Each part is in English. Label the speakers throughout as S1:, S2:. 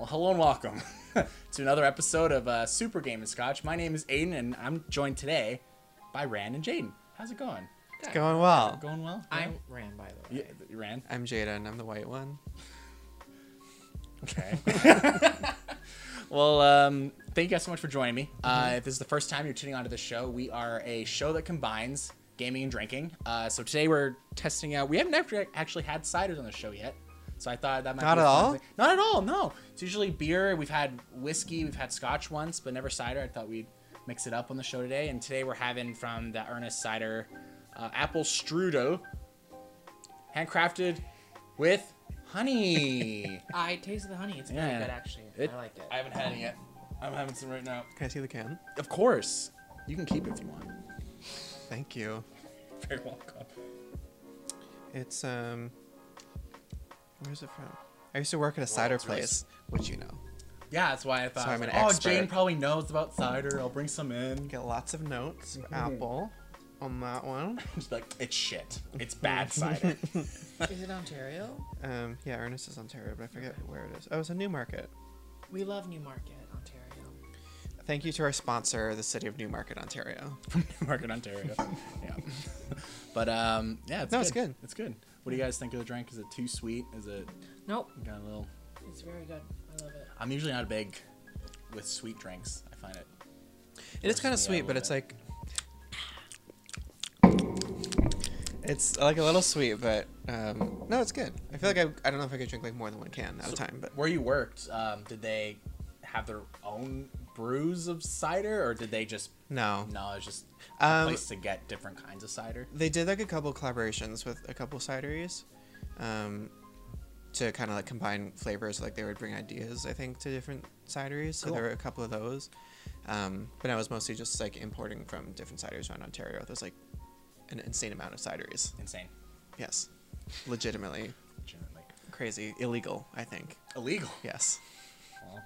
S1: Hello and welcome to another episode of uh, Super Game and Scotch. My name is Aiden, and I'm joined today by Rand and Jaden. How's it going?
S2: It's going well.
S1: Going well?
S3: I ran by the way.
S1: Yeah, Rand.
S2: I'm Jada and I'm the white one.
S1: Okay. well, um, thank you guys so much for joining me.
S2: Mm-hmm.
S1: Uh, if this is the first time you're tuning onto the show, we are a show that combines gaming and drinking. Uh, so today we're testing out. We haven't actually actually had ciders on the show yet, so I thought that might
S2: Not
S1: be a
S2: at
S1: fun
S2: all?
S1: thing. Not at all. No, it's usually beer. We've had whiskey, we've had scotch once, but never cider. I thought we'd mix it up on the show today. And today we're having from the Ernest Cider uh, Apple Strudel, handcrafted with honey.
S3: I tasted the honey. It's
S1: Yeah.
S3: pretty good actually.
S1: It-
S3: I like it.
S1: I haven't had any yet. I'm having some right now.
S2: Can I see the can?
S1: Of course. You can keep it if you want.
S2: Thank you.
S1: Very welcome.
S2: It's um Where's it from? I used to work at a cider
S1: it's really
S2: place, which you know.
S1: Yeah, that's why I thought.
S2: So
S1: I
S2: I'm
S1: was
S2: an
S1: like,
S2: expert.
S1: Oh, Jane probably knows about cider. I'll bring some in.
S2: Get lots of notes. of Apple on that one.
S1: Just like it's shit. It's bad cider.
S3: Is it Ontario?
S2: Um yeah, Ernest is Ontario, but I forget where it is. Oh, it's a new market.
S3: We love Newmarket, Ontario.
S2: Thank you to our sponsor, the city of Newmarket, Ontario.
S1: From Newmarket, Ontario. Yeah. but um, yeah, it's
S2: No,
S1: good.
S2: it's good.
S1: It's good. What do you guys think of the drink? Is it too sweet? Is it
S3: Nope.
S1: got a little?
S3: It's very good. I love it.
S1: I'm usually not big with sweet drinks. I find it.
S2: It is kind of
S1: Yeah, a
S2: sweet, but
S1: little
S2: it's like it's like a little sweet, but um, no, it's good. I feel like I, I don't know if I could drink like more than one can at a time, but
S1: Where you worked, um, did they have their own brews of cider, or did they just
S2: no.
S1: No, it's just a
S2: Um,
S1: place to get different kinds of cider.
S2: They did like a couple collaborations with a couple cideries, um, to kind of like combine flavors. Like they would bring ideas, I think, to different cideries. So there
S1: Cool.
S2: were a couple of those, um, but I was mostly just like importing from different cideries around Ontario. There's like an insane amount of cideries.
S1: Insane,
S2: Yes, legitimately.
S1: legitimately
S2: crazy illegal i think
S1: illegal.
S2: yes
S1: Well,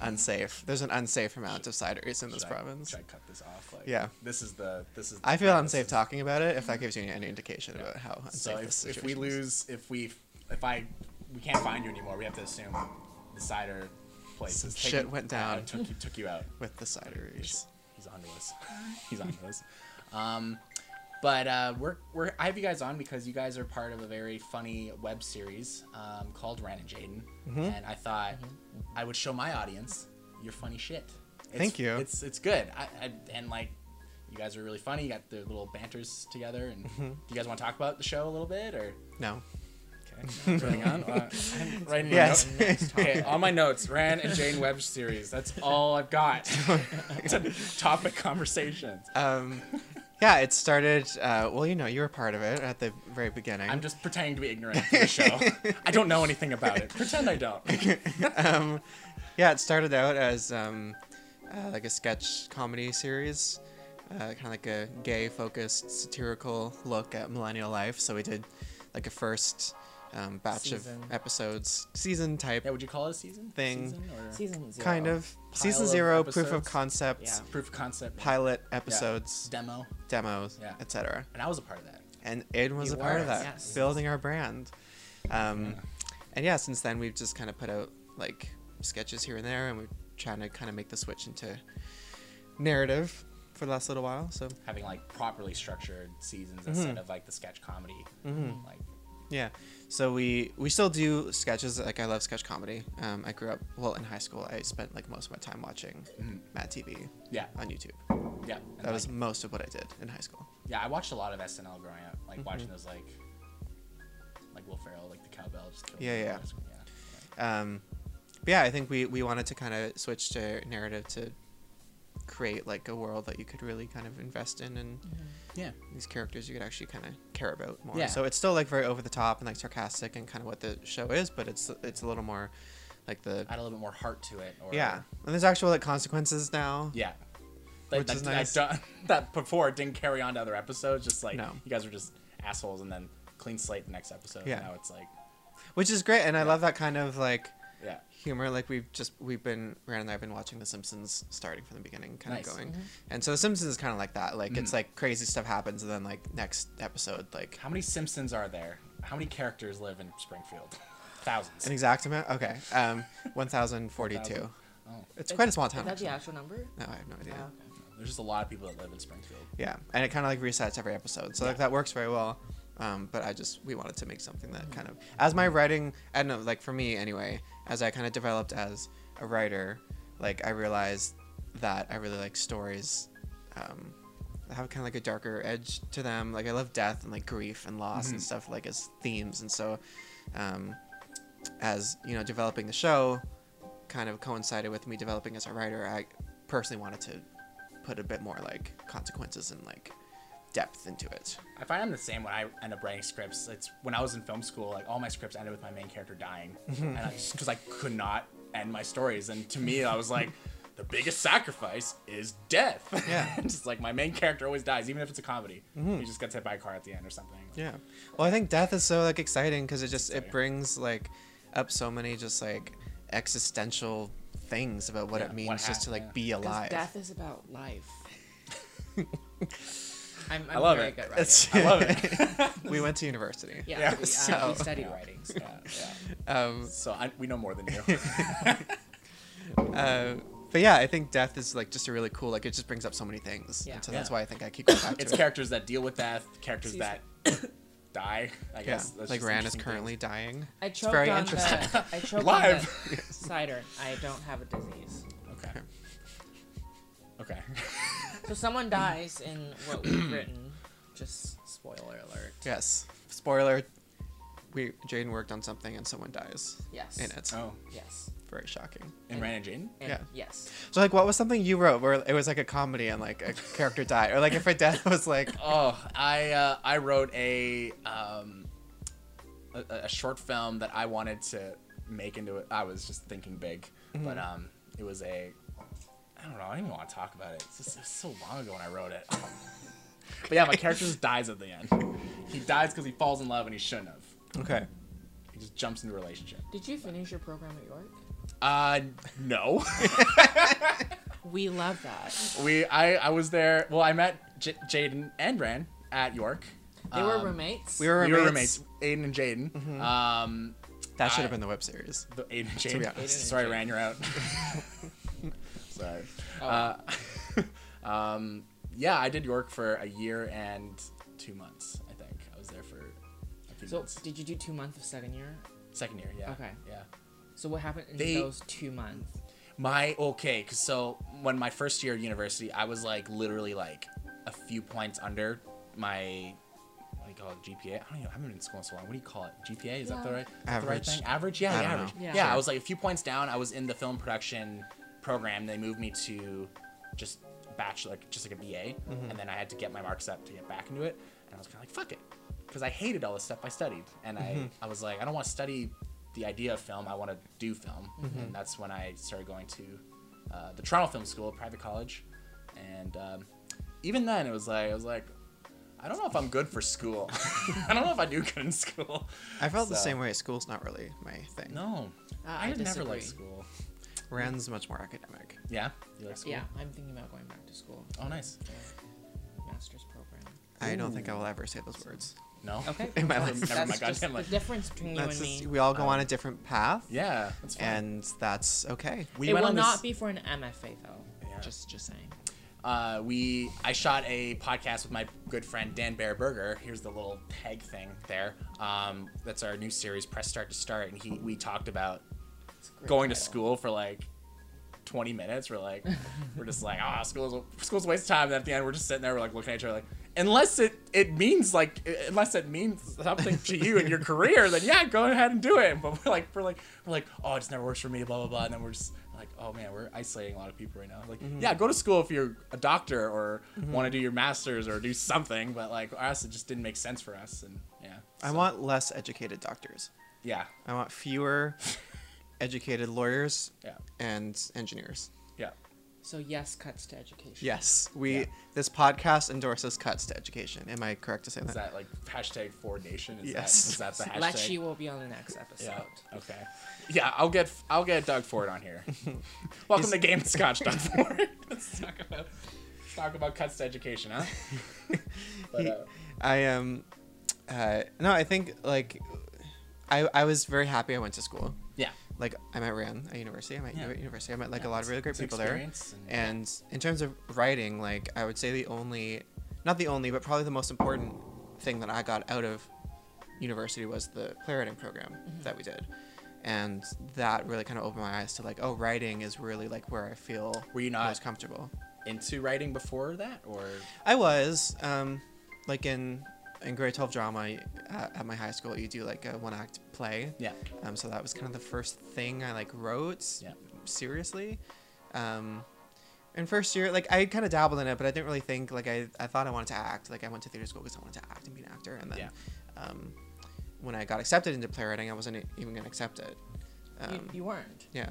S2: unsafe there's an unsafe amount of cideries in this
S1: should I-
S2: province
S1: should I cut this off? Like,
S2: Yeah.
S1: This is the this is.
S2: i feel
S1: yeah,
S2: unsafe
S1: this is-
S2: talking about it if that gives you any indication about how unsafe
S1: So
S2: this
S1: if, if we
S2: situation is.
S1: lose, if we if I we can't find you anymore, we have to assume the cider place
S2: Some
S1: is
S2: shit
S1: taking-
S2: went down.
S1: uh, took you took you out.
S2: with the cideries
S1: He's on to us. He's on to us. Um, but uh, we're, we're I have you guys on because you guys are part of a very funny web series um, called Ran and Jaden,
S2: Mm-hmm.
S1: and I thought I would show my audience your funny shit. It's,
S2: Thank you.
S1: It's it's good. I, I and like you guys are really funny. You got the little banters together, and
S2: Mm-hmm.
S1: do you guys want to talk about the show a little bit or?
S2: no
S1: Okay, moving on. Uh, I'm writing my
S2: Yes.
S1: note- Okay, on my notes, Ran and Jane Webb series. That's all I've got. it's a topic conversations.
S2: um yeah it started uh well you know you were part of it at the very beginning
S1: I'm just pretending to be ignorant for the show. I don't know anything about it. Pretend I don't.
S2: um, yeah, it started out as um, uh, like a sketch comedy series, uh, kind of like a gay-focused satirical look at millennial life. So we did like a first um, batch
S3: Season.
S2: of episodes, season type,
S1: Yeah, would you call it a season?
S2: Thing.
S1: Season or
S3: Season zero.
S2: kind of season
S1: of
S2: zero, proof of
S1: episodes?
S2: concept,
S3: Yeah.
S1: proof of concept
S2: pilot episodes,
S1: demo?
S2: demos,
S1: Yeah.
S2: etc.
S1: And I was a part of that.
S2: And Aiden was
S3: You
S2: a part of
S3: were,
S2: that,
S3: yes.
S2: building our brand. Um, And yeah, since then we've just kind of put out like sketches here and there, and we're trying to kind of make the switch into narrative for the last little while. So
S1: Having like properly structured seasons instead of like the sketch comedy. Like
S2: yeah, so we we still do sketches. Like I love sketch comedy. Um, I grew up well in high school. I spent like most of my time watching Matt TV
S1: yeah,
S2: on YouTube.
S1: yeah. And,
S2: That was
S1: like,
S2: most of what I did in high school.
S1: yeah. I watched a lot of SNL growing up. Like
S2: Mm-hmm.
S1: watching those like like Will Ferrell, like the cowbell. Just killed
S2: Yeah,
S1: me.
S2: yeah.
S1: Just- yeah.
S2: um but yeah i think we we wanted to kind of switch to narrative to create like a world that you could really kind of invest in and
S1: Yeah.
S2: these characters you could actually kind of care about more
S1: Yeah.
S2: so it's still like very over the top and like sarcastic and kind of what the show is but it's it's a little more like the
S1: Add a little bit more heart to it. Or,
S2: yeah and there's actual like consequences now
S1: Yeah. Like,
S2: Which
S1: that,
S2: is
S1: that-
S2: nice.
S1: That, that before it didn't carry on to other episodes. Just like
S2: No.
S1: you guys were just assholes, and then clean slate the next episode.
S2: Yeah.
S1: Now it's like,
S2: which is great and i love that kind of like
S1: yeah,
S2: humor like we've just we've been Rand and I have been watching The Simpsons starting from the beginning kind
S1: Nice. Mm-hmm.
S2: of going and so The Simpsons is kind of like that like it's like crazy stuff happens and then like next episode like
S1: how many Simpsons are there? How many characters live in Springfield? Thousands.
S2: An exact amount? Okay. Um, 1,042.
S1: Oh.
S2: It's quite a small town.
S3: Is that
S2: actually.
S3: the actual number?
S2: No, I have no idea.
S3: Oh, okay.
S1: There's just a lot of people that live in Springfield.
S2: Yeah, and it kind of like resets every episode, so like that works very well. Um, but I just we wanted to make something that kind of as my writing, I don't know, like for me anyway, as I kind of developed as a writer, like I realized that I really like stories um, that have kind of like a darker edge to them. Like I love death and like grief and loss and stuff like as themes, and so um, as you know, developing the show kind of coincided with me developing as a writer. I personally wanted to put a bit more like consequences and like depth into it.
S1: I find I'm the same when I end up writing scripts. It's when I was in film school, like all my scripts ended with my main character dying, and I just because I could not end my stories. And to me, I was like, the biggest sacrifice is death.
S2: Yeah.
S1: just like my main character always dies, even if it's a comedy. He just gets hit by a car at the end or something.
S2: Yeah. Well, I think death is so like exciting because it just
S1: Exciting.
S2: it brings like up so many just like existential things about what
S1: Yeah,
S2: it
S1: what
S2: means just to like
S1: happened,
S2: be
S3: 'Cause
S2: alive.
S3: Death is about life. I'm, I'm
S1: love
S3: very
S1: it.
S3: good writer.
S2: It's-
S1: I love it.
S2: we went to university.
S3: yeah,
S1: yeah,
S3: we, uh,
S2: so-
S3: we studied writing. so-
S1: yeah, yeah.
S2: Um,
S1: So I, we know more than you.
S2: uh, but yeah, I think death is like just a really cool like it just brings up so many things.
S3: Yeah.
S2: And so that's
S1: Yeah.
S2: why I think I keep going back to
S1: it's
S2: it.
S1: characters that deal with death, characters
S3: Excuse
S1: that die. I
S2: yeah.
S1: guess that's
S2: Like
S1: just
S2: Ran is
S1: interesting
S2: currently dying.
S3: I
S2: It's
S3: choked
S2: very
S3: on
S2: interesting.
S3: the I choked
S1: Live.
S3: on the cider. I don't have a disease.
S1: things. Okay. Okay.
S3: So someone dies in what we've written. Just spoiler alert.
S2: Yes. Spoiler. We Jaden worked on something and someone dies
S3: Yes.
S2: in it.
S1: Oh,
S3: Yes.
S2: Very shocking.
S1: and Ran and Jane.
S3: And
S2: Yeah.
S3: Yes.
S2: So like, what was something you wrote where it was like a comedy and like a character died, or like if a death was like,
S1: Oh, I uh, I wrote a, um, a a short film that I wanted to make into it. I was just thinking big, but um, it was a I don't know. I don't even want to talk about it. It's just it was so long ago when I wrote it. but yeah, my character just dies at the end. He dies because he falls in love and he shouldn't have.
S2: okay,
S1: He just jumps into a relationship.
S3: Did you finish your program at York?
S1: Uh, no.
S3: We love that.
S1: we I I was there. Well, I met J- Jaden and Ran at York.
S3: They were
S1: Um,
S3: roommates.
S2: we were
S1: We
S2: roommates.
S1: were roommates, Aiden and Jaden. Um,
S2: That should have
S1: I-
S2: been the web series.
S1: the Aiden and
S2: be
S1: Jade.
S2: honest. Aiden and
S1: Sorry,
S3: Jade.
S1: Ran, you're out. Sorry.
S3: Oh.
S1: Uh, um, yeah, I did York for a year and two months. I think I was there for a few
S3: So
S1: months.
S3: did you do two months of second year?
S1: Second year, yeah.
S3: Okay.
S1: Yeah.
S3: So what happened in
S1: They-
S3: those two months?
S1: My okay, 'cause so when my first year of university, I was like literally like a few points under my what do you call it GPA? I don't know. I haven't been in school in so long. What do you call it? GPA is that the
S3: Yeah.
S1: right? is that the right
S2: Average.
S1: thing? Average? Yeah,
S2: I
S1: yeah
S2: don't
S1: average.
S2: know.
S1: Yeah.
S3: Yeah.
S1: I was like a few points down. I was in the film production program. They moved me to just bachelor, like, just like a BA,
S2: Mm-hmm.
S1: and then I had to get my marks up to get back into it. And I was kind of like, fuck it, because I hated all the stuff I studied, and
S2: Mm-hmm.
S1: I I was like, I don't want to study the idea of film. I want to do film,
S2: Mm-hmm.
S1: and that's when I started going to uh, the Toronto Film School, private college, and um, even then it was like I was like. I don't know if I'm good for school. I don't know if I do good in school.
S2: I felt the
S1: So-
S2: same way. School's not really my thing.
S1: No,
S3: Uh,
S1: I,
S3: I
S1: did never
S3: disagree.
S1: liked school.
S2: Rand's much more academic.
S1: Yeah, you like school?
S3: Yeah, I'm thinking about going back to school.
S1: Oh, nice.
S3: Master's program.
S2: I don't think I will ever say those words.
S1: No.
S3: Okay.
S2: In my
S3: Well,
S2: life.
S1: Never
S3: that's
S1: my
S3: just
S1: goddamn life.
S3: The difference between you
S2: That's
S3: and
S2: just,
S3: me.
S2: we all go on a different path,
S1: Um, Yeah, that's fine.
S2: and that's okay.
S1: we
S3: it
S1: went
S3: will
S1: on this-
S3: not be for an MFA though.
S1: Yeah.
S3: Just, just saying.
S1: uh, we I shot a podcast with my good friend Dan Bear Berger. Here's the little tag thing there. Um, that's our new series, Press Start to Start, and he we talked about
S3: It's a great
S1: going to
S3: title.
S1: school for like 20 minutes. We're like, we're just like, ah, school's school's a waste of time. And at the end, we're just sitting there, we're like looking at each other, like, unless it it means like, uh, unless it means something to you and your career, then yeah, go ahead and do it. But we're like, we're like, we're like, oh, it just never works for me, blah blah blah. And then we're just like, oh man, we're isolating a lot of people right now. Like, yeah, go to school if you're a doctor or want to do your masters or do something. But like, for us, it just didn't make sense for us. And yeah,
S2: I want less educated doctors.
S1: yeah,
S2: I want fewer educated lawyers
S1: yeah,
S2: and engineers.
S1: yeah.
S3: So yes, cuts to education.
S2: Yes, we.
S1: Yeah.
S2: This podcast endorses cuts to education. Am I correct to say
S1: Is that like hashtag for nation? Is
S2: Yes.
S1: That, is that the hashtag?
S3: Lexi will be on the next episode.
S1: Yeah. Okay. Yeah, I'll get I'll get Doug Ford on here. Welcome to Game Scotch, Doug Ford. Let's talk about talk about cuts to education, huh? but, uh,
S2: I um, uh, no, I think like I, I was very happy I went to school.
S1: Yeah.
S2: Like I met Rand at university. I met
S1: Yeah.
S2: you at university. I met like
S1: Yeah,
S2: a lot
S1: it's-
S2: of really great
S1: it's an
S2: people there.
S1: experience
S2: And in terms of writing, like I would say the only, not the only, but probably the most important thing that I got out of university was the playwriting program
S1: Mm-hmm.
S2: that we did. And that really kind of opened my eyes to like, oh, writing is really like where I feel
S1: Were you not-
S2: most comfortable.
S1: into writing before that, or
S2: I was um, like in in grade twelve drama uh, at my high school. You do like a one act play.
S1: yeah,
S2: Um, so that was kind of the first thing I like wrote
S1: Yeah.
S2: seriously. Um, in first year, like I kind of dabbled in it, but I didn't really think like I, I thought I wanted to act. Like I went to theater school because I wanted to act and be an actor. And then
S1: Yeah.
S2: um, when I got accepted into playwriting, I wasn't e- even gonna accept it. Um,
S3: you, you weren't.
S2: yeah,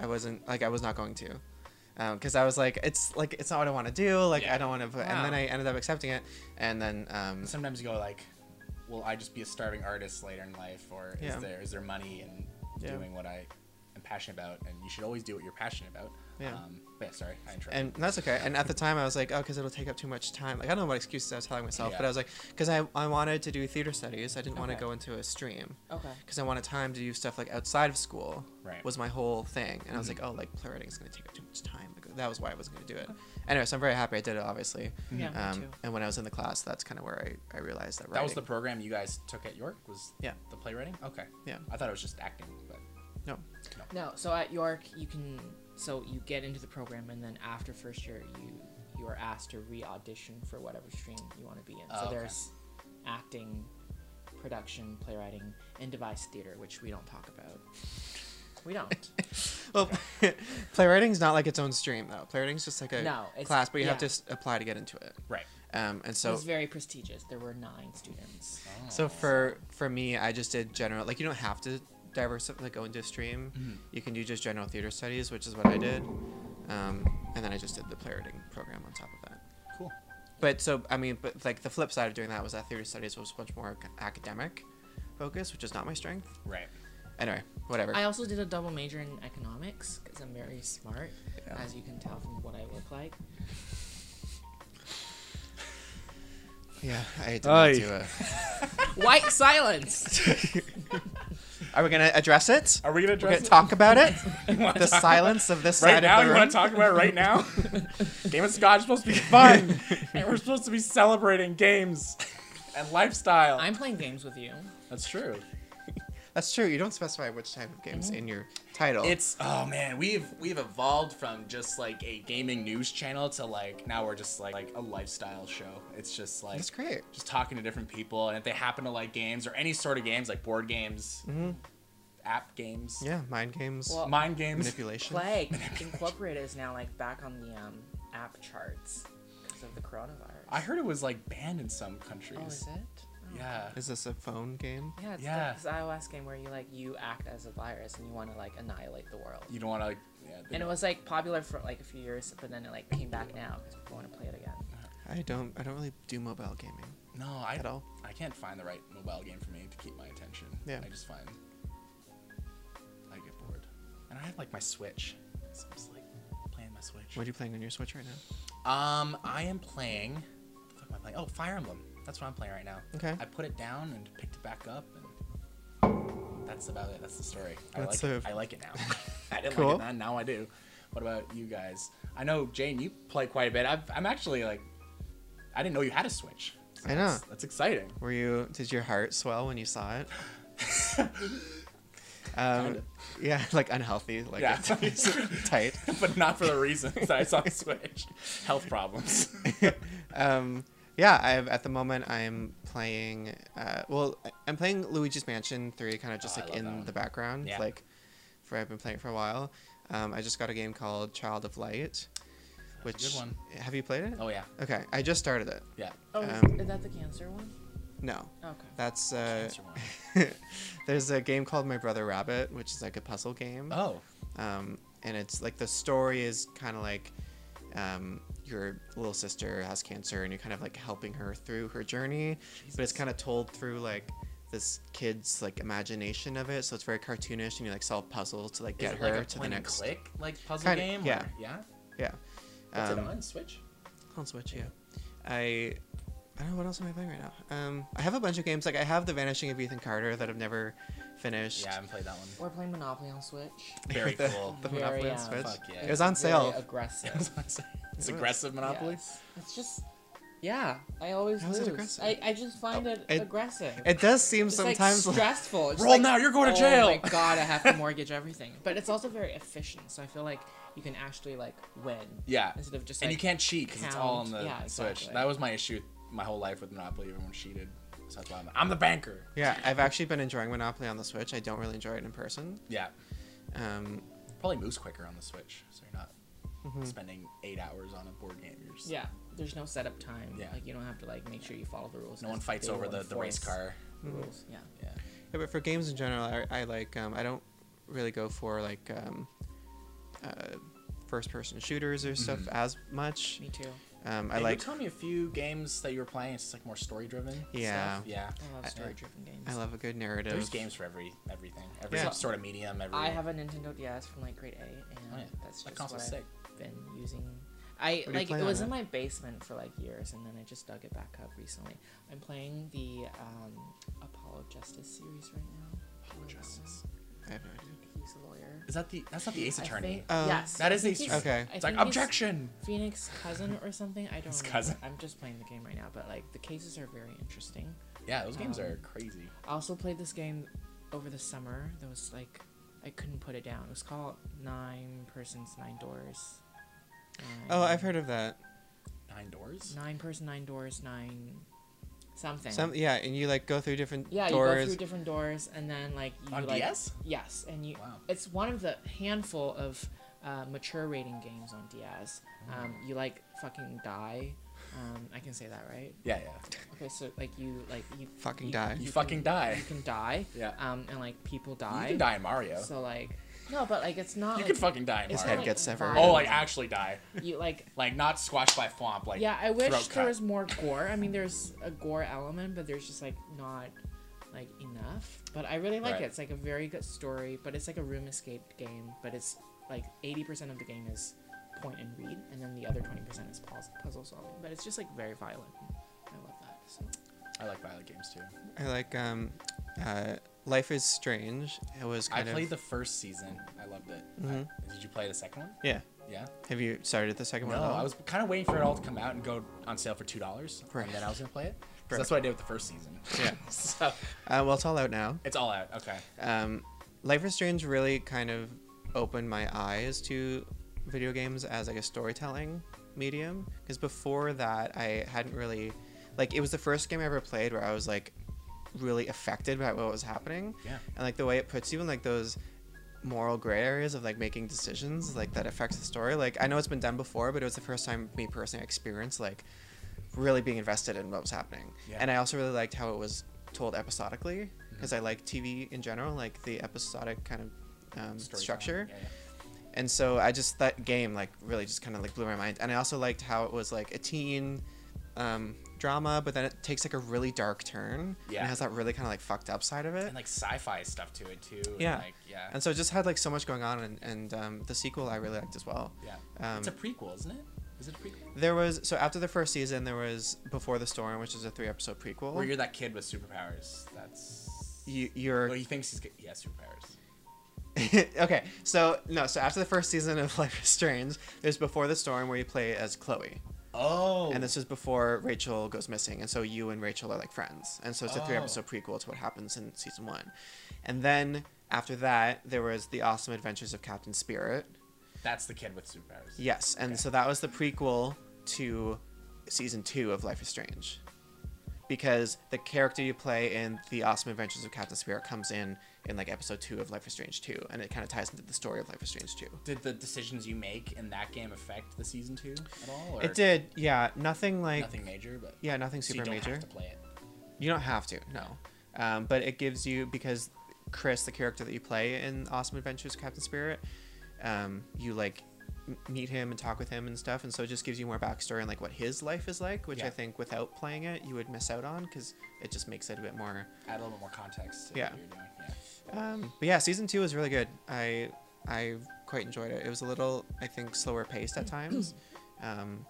S2: I wasn't like I was not going to, because I was like it's like it's not what I want to do. Like
S1: Yeah.
S2: I don't want to. And then
S3: Wow.
S2: I ended up accepting it, and then um,
S1: sometimes you go like, "Will I just be a starving artist later in life, or
S2: Yeah.
S1: is there is there money in
S2: Yeah.
S1: doing what I am passionate about?" And you should always do what you're passionate about.
S2: Yeah.
S1: Um, but yeah, sorry, I interrupted.
S2: and that's okay. And at the time, I was like, oh, because it'll take up too much time. Like I don't know what excuses I was telling myself, but
S1: Yeah.
S2: I was like, because I I wanted to do theater studies. I didn't want to
S3: Okay.
S2: go into a stream.
S3: Okay.
S2: because I wanted time to do stuff like outside of school.
S1: Right. Mm-hmm.
S2: Was my whole thing, and I was like, oh, like playwriting is gonna take up too much time. Like, that was why I wasn't gonna do it. Anyway, so I'm very happy I did it, obviously.
S1: Mm-hmm.
S3: Yeah, me
S2: Um,
S3: too.
S2: and when I was in the class, that's kind of where I, I realized that.
S1: that was the
S2: writing-
S1: program you guys took at York. Was
S2: Yeah.
S1: the playwriting? Okay.
S2: Yeah.
S1: I thought it was just acting, but
S2: no.
S3: No, so at York you can so you get into the program and then after first year you you are asked to re audition for whatever stream you want to be in.
S1: Oh,
S3: so
S1: okay.
S3: there's acting, production, playwriting, and device theater, which we don't talk about. We don't.
S2: Well, playwriting's not like its own stream though. Playwriting's just like a
S3: No, it's-
S2: class, but you have to
S3: yeah.
S2: s- apply to get into it.
S1: right.
S2: Um, and
S3: It
S2: so
S3: was very prestigious. There were nine students.
S1: Oh,
S2: So for for me, I just did general. Like you don't have to diversify, like go into stream. You can do just general theater studies, which is what I did, um, and then I just did the playwriting program on top of that.
S1: Cool.
S2: But so I mean, but like the flip side of doing that was that theater studies was much more ac- academic focus, which is not my strength.
S1: Right.
S2: Anyway, whatever.
S3: I also did a double major in economics because I'm very smart,
S2: Yeah.
S3: as you can tell from what I look like.
S2: yeah, I did
S1: Aye.
S2: not do it.
S3: White silence.
S2: Are we gonna address it?
S1: Are we gonna
S2: We're
S1: address
S2: gonna talk about it.
S1: it? You wanna
S2: the
S1: talk about
S2: silence of this
S1: it? Right
S2: side
S1: now,
S2: of
S1: you
S2: the
S1: want
S2: room.
S1: to talk about it right now? Game of Scotch supposed to be fun, and we're supposed to be celebrating games and lifestyle.
S3: I'm playing games with you.
S1: That's true.
S2: That's true. You don't specify which type of games in your title.
S1: It's oh man, we've we've evolved from just like a gaming news channel to like now we're just like like a lifestyle show. It's just like
S2: that's great.
S1: just talking to different people, and if they happen to like games or any sort of games like board games, app games,
S2: Mm-hmm. Yeah, mind games.
S3: Well,
S1: mind games,
S2: manipulation.
S3: Plague Incorporated is now like back on the um, app charts because of the coronavirus.
S1: I heard it was like banned in some countries.
S3: Oh, is it? Oh.
S1: Yeah.
S2: Is this a phone game?
S3: Yeah, it's
S1: Yeah.
S3: like this iOS game where you like you act as a virus and you want to like annihilate the world.
S1: You don't want to. Like, yeah, they-
S3: And it was like popular for like a few years, but then it like came back now because people want to play it again.
S2: I don't. I don't really do mobile gaming.
S1: no, I
S2: at all.
S1: I can't find the right mobile game for me to keep my attention.
S2: Yeah.
S1: I just find I get bored, and I have like my Switch. So I'm just like playing my Switch.
S2: What are you playing on your Switch right now?
S1: Um, I am playing. What the fuck am I playing? Oh, Fire Emblem. That's what I'm playing right now.
S2: Okay.
S1: I put it down and picked it back up, and that's about it. That's the story. I
S2: That's
S1: like. it.
S2: a-
S1: I like it now. I didn't like
S2: Cool.
S1: it then. Now I do. What about you guys? I know Jane, you play quite a bit. I've, I'm actually like, I didn't know you had a Switch.
S2: I know.
S1: That's, that's exciting.
S2: Were you? Did your heart swell when you saw it? um,
S1: Kinda.
S2: yeah, like unhealthy, like
S1: Yeah.
S2: it's tight.
S1: but not for the reasons that I saw the Switch. Health problems.
S2: um, yeah, I've at the moment I'm playing. Uh, well, I- I'm playing Luigi's Mansion Three, kind of just
S1: Oh, I
S2: like
S1: love that
S2: in
S1: one.
S2: the background,
S1: Yeah.
S2: like for I've been playing it for a while. Um, I just got a game called Child of Light, which
S1: good one.
S2: have you played it?
S1: Oh yeah,
S2: Okay, I just started it.
S1: yeah.
S3: Oh,
S2: is-
S3: is,
S2: Um,
S3: that the cancer one?
S2: No,
S3: Okay.
S2: that's uh,
S1: Cancer one.
S2: there's a game called My Brother Rabbit, which is like a puzzle game.
S1: Oh,
S2: Um, and it's like the story is kind of like um, your little sister has cancer, and you're kind of like helping her through her journey. But it's kind of told through like this kid's like imagination of it, so it's very cartoonish, and you like solve puzzles to like
S1: is
S2: get
S1: it
S2: her
S1: like a
S2: to
S1: point
S2: the
S1: and
S2: next.
S1: click like puzzle
S2: Kinda,
S1: game? or-
S2: yeah.
S1: yeah.
S2: Yeah.
S1: What's
S2: Um,
S1: it on Switch?
S2: on Switch, yeah. I I don't know what else am I playing right now. Um, I have a bunch of games. Like I have The Vanishing of Ethan Carter that I've never finished.
S1: Yeah, I haven't played that one.
S3: We're playing Monopoly on Switch.
S1: Very
S2: the,
S1: cool.
S2: The
S3: Very,
S2: Monopoly on
S3: uh,
S2: Switch.
S1: Fuck yeah.
S2: It was on
S3: Very
S2: sale.
S3: aggressive.
S1: it's aggressive Monopoly.
S3: Yes. It's just, yeah. I always
S2: How is it
S3: lose.
S2: aggressive?
S3: I, I just find
S2: Oh,
S3: it,
S2: it-
S3: aggressive.
S2: It does seem
S3: It's
S2: sometimes
S3: like
S2: like
S3: stressful. It's
S1: Roll
S3: like,
S1: now, you're going to
S3: Oh my
S1: jail.
S3: god, I have to mortgage everything. But it's also very efficient, so I feel like you can actually like win
S1: Yeah.
S3: instead of just like
S1: And you can't cheat because it's all on
S3: count.
S1: the
S3: Yeah,
S1: Switch.
S3: exactly.
S1: That was my issue with my whole life with Monopoly. Everyone cheated. So that's why I'm, I'm the banker.
S2: Yeah, I've actually been enjoying Monopoly on the Switch. I don't really enjoy it in person.
S1: Yeah.
S2: Um,
S1: Probably moves quicker on the Switch, so you're not
S2: Mm-hmm.
S1: spending eight hours on a board game. You're just,
S3: Yeah, there's no setup time.
S1: Yeah.
S3: Like you don't have to like make sure you follow the rules.
S1: No one
S3: 'cause
S1: fights
S3: they
S1: over
S3: will
S1: the, the race
S3: enforce
S1: car.
S3: the Rules. Yeah.
S1: Yeah.
S2: yeah, but for games in general, I, I like. Um, I don't really go for like um, uh, first-person shooters or stuff
S1: Mm-hmm.
S2: as much.
S3: Me too.
S2: Um, I
S1: Hey,
S2: like.
S1: You tell me a few games that you were playing. It's just like more story driven.
S2: Yeah.
S1: Stuff. Yeah.
S3: I love story-driven games.
S2: I love a good narrative.
S1: There's games for every everything. Every
S2: Yeah.
S1: sort of medium. Every.
S3: I have a Nintendo DS from like grade eight, and
S1: Oh, yeah.
S3: that's
S1: That
S3: just what
S1: console's
S3: I've
S1: sick.
S3: been using.
S2: What
S3: I
S2: are you
S3: like it
S2: playing on
S3: was
S2: it?
S3: in my basement for like years, and then I just dug it back up recently. I'm playing the um, Apollo Justice series right now. um,
S1: Apollo Justice.
S2: I have no idea.
S3: He's a lawyer.
S1: Is that the? That's not the Ace
S3: I
S1: Attorney.
S3: think-
S2: Oh.
S3: yes.
S1: That
S3: I
S1: is
S3: think
S1: Ace
S3: it's-
S2: Attorney.
S3: I
S1: It's like
S3: think it's
S1: objection.
S3: Phoenix cousin or something. I don't.
S1: His
S3: know.
S1: cousin.
S3: I'm just playing the game right now, but like the cases are very interesting.
S1: Yeah, those games
S3: Um,
S1: are crazy.
S3: I also played this game over the summer. That was like, I couldn't put it down. It was called Nine Persons, Nine Doors.
S2: Oh,
S3: Nine-
S2: I've heard of that.
S1: Nine Doors.
S3: Nine person, nine doors, nine something.
S2: Some yeah, and you like go through different
S3: yeah, you go
S2: doors.
S3: through different doors and then like you
S1: On
S3: like
S1: DS?
S3: yes, and you
S1: Wow.
S3: it's one of the handful of uh, mature rating games on DS. Um, you like fucking die. Um, I can say that right.
S1: Yeah, yeah.
S3: Okay, so like you like you
S2: Fucking
S3: you-
S2: die.
S1: You
S3: can-
S1: fucking die.
S3: You can die.
S1: Yeah.
S3: Um, and like people die.
S1: You can die in Mario.
S3: So like no, but like it's not.
S1: you
S3: like,
S1: can fucking die in
S3: it's
S1: Mario.
S2: head
S3: not,
S2: gets
S3: like,
S2: severed.
S1: oh,
S3: violent.
S1: like actually die.
S3: you like
S1: Like not squashed by Fwomp. Like
S3: yeah i wish
S1: throat
S3: there
S1: cut.
S3: was more gore i mean there's a gore element but there's just like not like enough but i really like
S1: Right.
S3: it it's like a very good story but it's like a room escape game but it's like 80% of the game is point and read and then the other 20% is puzzle, puzzle solving but it's just like very violent i love that so
S1: I like violent games too.
S2: I like um, uh, Life is Strange. It was
S1: I
S2: kind
S1: played
S2: of Mm-hmm.
S1: the first season. I loved it. I- did you play the second one?
S2: yeah.
S1: Yeah.
S2: Have you started the second
S1: No,
S2: one? at all?
S1: I was kind of waiting for it all to come out and go on sale for two dollars,
S2: Right.
S1: and then I was gonna play it. 'Cause
S2: Right.
S1: That's what I did with the first season.
S2: Yeah.
S1: so
S2: Uh, well, it's all out now.
S1: it's all out. Okay.
S2: um, Life is Strange really kind of opened my eyes to video games as like a storytelling medium because before that I hadn't really like it was the first game I ever played where I was like really affected by what was happening
S1: Yeah.
S2: and like the way it puts you in like those moral gray areas of like making decisions like that affects the story like I know it's been done before but it was the first time me personally experienced like really being invested in what was happening.
S1: Yeah. Mm-hmm.
S2: And I also really liked how it was told episodically because I like TV in general, like the episodic kind of um,
S1: Storytelling.
S2: structure.
S1: Yeah, yeah.
S2: And so I just that game like really just kind of like blew my mind. And I also liked how it was like a teen um, drama, but then it takes like a really dark turn. Yeah.
S1: Yeah.
S2: And has that really kind of like fucked up side of it.
S1: And like sci-fi stuff to it too. and,
S2: Yeah.
S1: like, yeah.
S2: And so it just had like so much going on, and, and um, the sequel I really liked as well.
S1: yeah.
S2: Um,
S1: it's a prequel, isn't it? Is it a prequel?
S2: There was so after the first season, there was Before the Storm, which is a three-episode prequel.
S1: Where you're that kid with superpowers. That's.
S2: you, you're
S1: Well, he thinks he's g- he has superpowers.
S2: okay, so no, so after the first season of Life is Strange, there's Before the Storm where you play as Chloe,
S1: Oh.
S2: and this is before Rachel goes missing, and so you and Rachel are like friends, and so it's a
S1: Oh.
S2: three-episode prequel to what happens in season one, and then after that there was the Awesome Adventures of Captain Spirit,
S1: That's the kid with superpowers.
S2: yes, and so that was the prequel to season two of Life is Strange, because the character you play in the Awesome Adventures of Captain Spirit comes in in like episode two of Life is Strange two, and it kind of ties into the story of Life is Strange two.
S1: Did the decisions you make in that game affect the season two at all? Or
S2: It did, yeah. Nothing like
S1: Nothing major, but.
S2: yeah, nothing
S1: So you
S2: super
S1: don't
S2: major.
S1: have to play it.
S2: You don't have to, no. Um, but it gives you because Chris, the character that you play in Awesome Adventures Captain Spirit, um, you like m- meet him and talk with him and stuff, and so it just gives you more backstory on like what his life is like, which
S1: Yeah.
S2: I think without playing it you would miss out on because it just makes it a bit more.
S1: Add a little bit more context to
S2: Yeah.
S1: what you're doing. Yeah.
S2: Um, but yeah, season two was really good. I I quite enjoyed it. It was a little I think slower paced at times, um,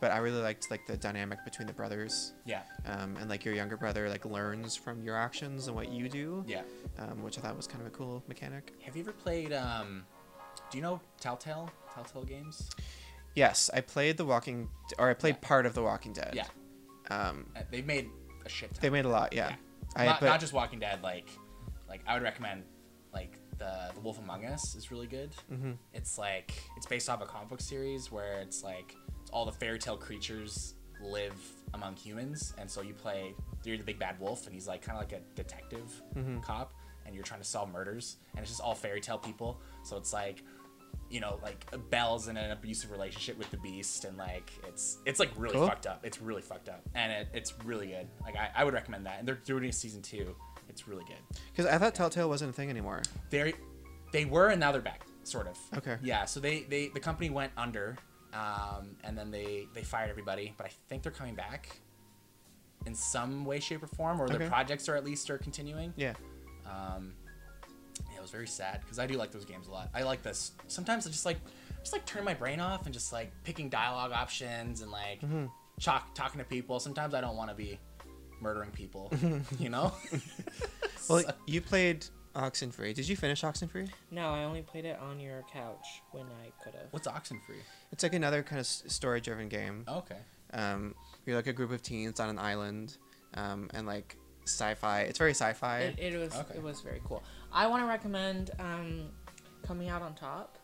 S2: but I really liked like the dynamic between the brothers.
S1: Yeah.
S2: Um, and like your younger brother like learns from your actions and what you do.
S1: Yeah.
S2: Um, which I thought was kind of a cool mechanic.
S1: Have you ever played? Um, do you know Telltale? Telltale games?
S2: Yes, I played The Walking, or I played part of The Walking Dead.
S1: Yeah.
S2: Um,
S1: Uh, They've made a shit ton.
S2: they made a lot. Yeah.
S1: Yeah.
S2: I,
S1: not,
S2: but,
S1: not just Walking Dead. Like, like I would recommend, like the the Wolf Among Us is really good.
S2: Mhm.
S1: It's like it's based off a comic book series where it's like it's all the fairy tale creatures live among humans, and so you play you're the big bad wolf, and he's like kind of like a detective cop, and you're trying to solve murders, and it's just all fairy tale people. So it's like. You know, like Belle's in an abusive relationship with the Beast, and like it's it's like really
S2: Cool.
S1: fucked fucked up. It's really fucked up, and it, it's really good. Like I, I would recommend that, and they're doing a season two. It's really good.
S2: Because I thought Telltale wasn't a thing anymore.
S1: They they were and now they're back, sort of.
S2: Okay.
S1: Yeah. So they they the company went under, um, and then they they fired everybody, but I think they're coming back. In some way, shape, or form, or
S2: Okay.
S1: their projects are at least are continuing.
S2: Yeah.
S1: Um, yeah, it was very sad because I do like those games a lot. I like this. Sometimes I just like just like turn my brain off and just like picking dialogue options and like
S2: Mm-hmm.
S1: chalk, talking to people. Sometimes I don't want to be murdering people, you know.
S2: Well, you played Oxenfree. Did you finish Oxenfree?
S3: No, I only played it on your couch when I could have.
S1: What's Oxenfree?
S2: It's like another kind of s- story-driven game.
S1: Oh, okay.
S2: Um, you're like a group of teens on an island, um, and like sci-fi. It's very sci-fi.
S3: It, it was
S1: Okay.
S3: it was very cool. I want to recommend um, coming out on top.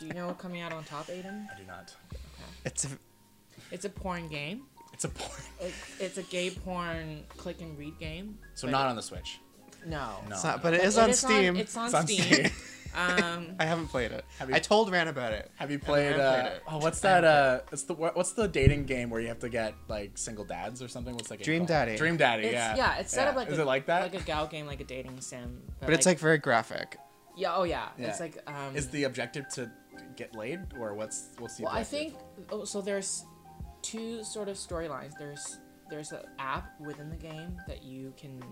S3: Do you know coming out on top, Aiden?
S1: I do not.
S2: it's
S1: Oh,
S2: a,
S3: It's a porn game.
S1: It's a porn.
S3: It, it's a gay porn click and read game.
S1: So
S3: but
S1: not on the Switch.
S3: it- no.
S1: No.
S2: it's not, but it
S3: But
S2: is on
S3: it is
S2: Steam.
S3: it's on
S1: It's on
S3: Steam.
S1: Steam.
S3: um,
S2: I haven't played it.
S1: Have you-
S2: I told Ran about it.
S1: Have you
S2: I haven't
S1: played? Uh,
S2: played it.
S1: Oh, what's that? Uh, it's the wha- what's the dating game where you have to get like single dads or something? What's like
S2: Dream Daddy.
S1: Dream Daddy.
S3: it's,
S1: yeah.
S3: yeah. it's set up like
S1: Is
S3: a,
S1: it like that?
S3: Like a gal game, like a dating sim.
S2: But it's like very graphic.
S3: yeah, oh yeah,
S1: Yeah.
S3: it's like um,
S1: Is the objective to get laid, or what's what's the
S3: Well, I
S1: objective?
S3: think oh, so. There's two sort of storylines. There's there's an app within the game that you can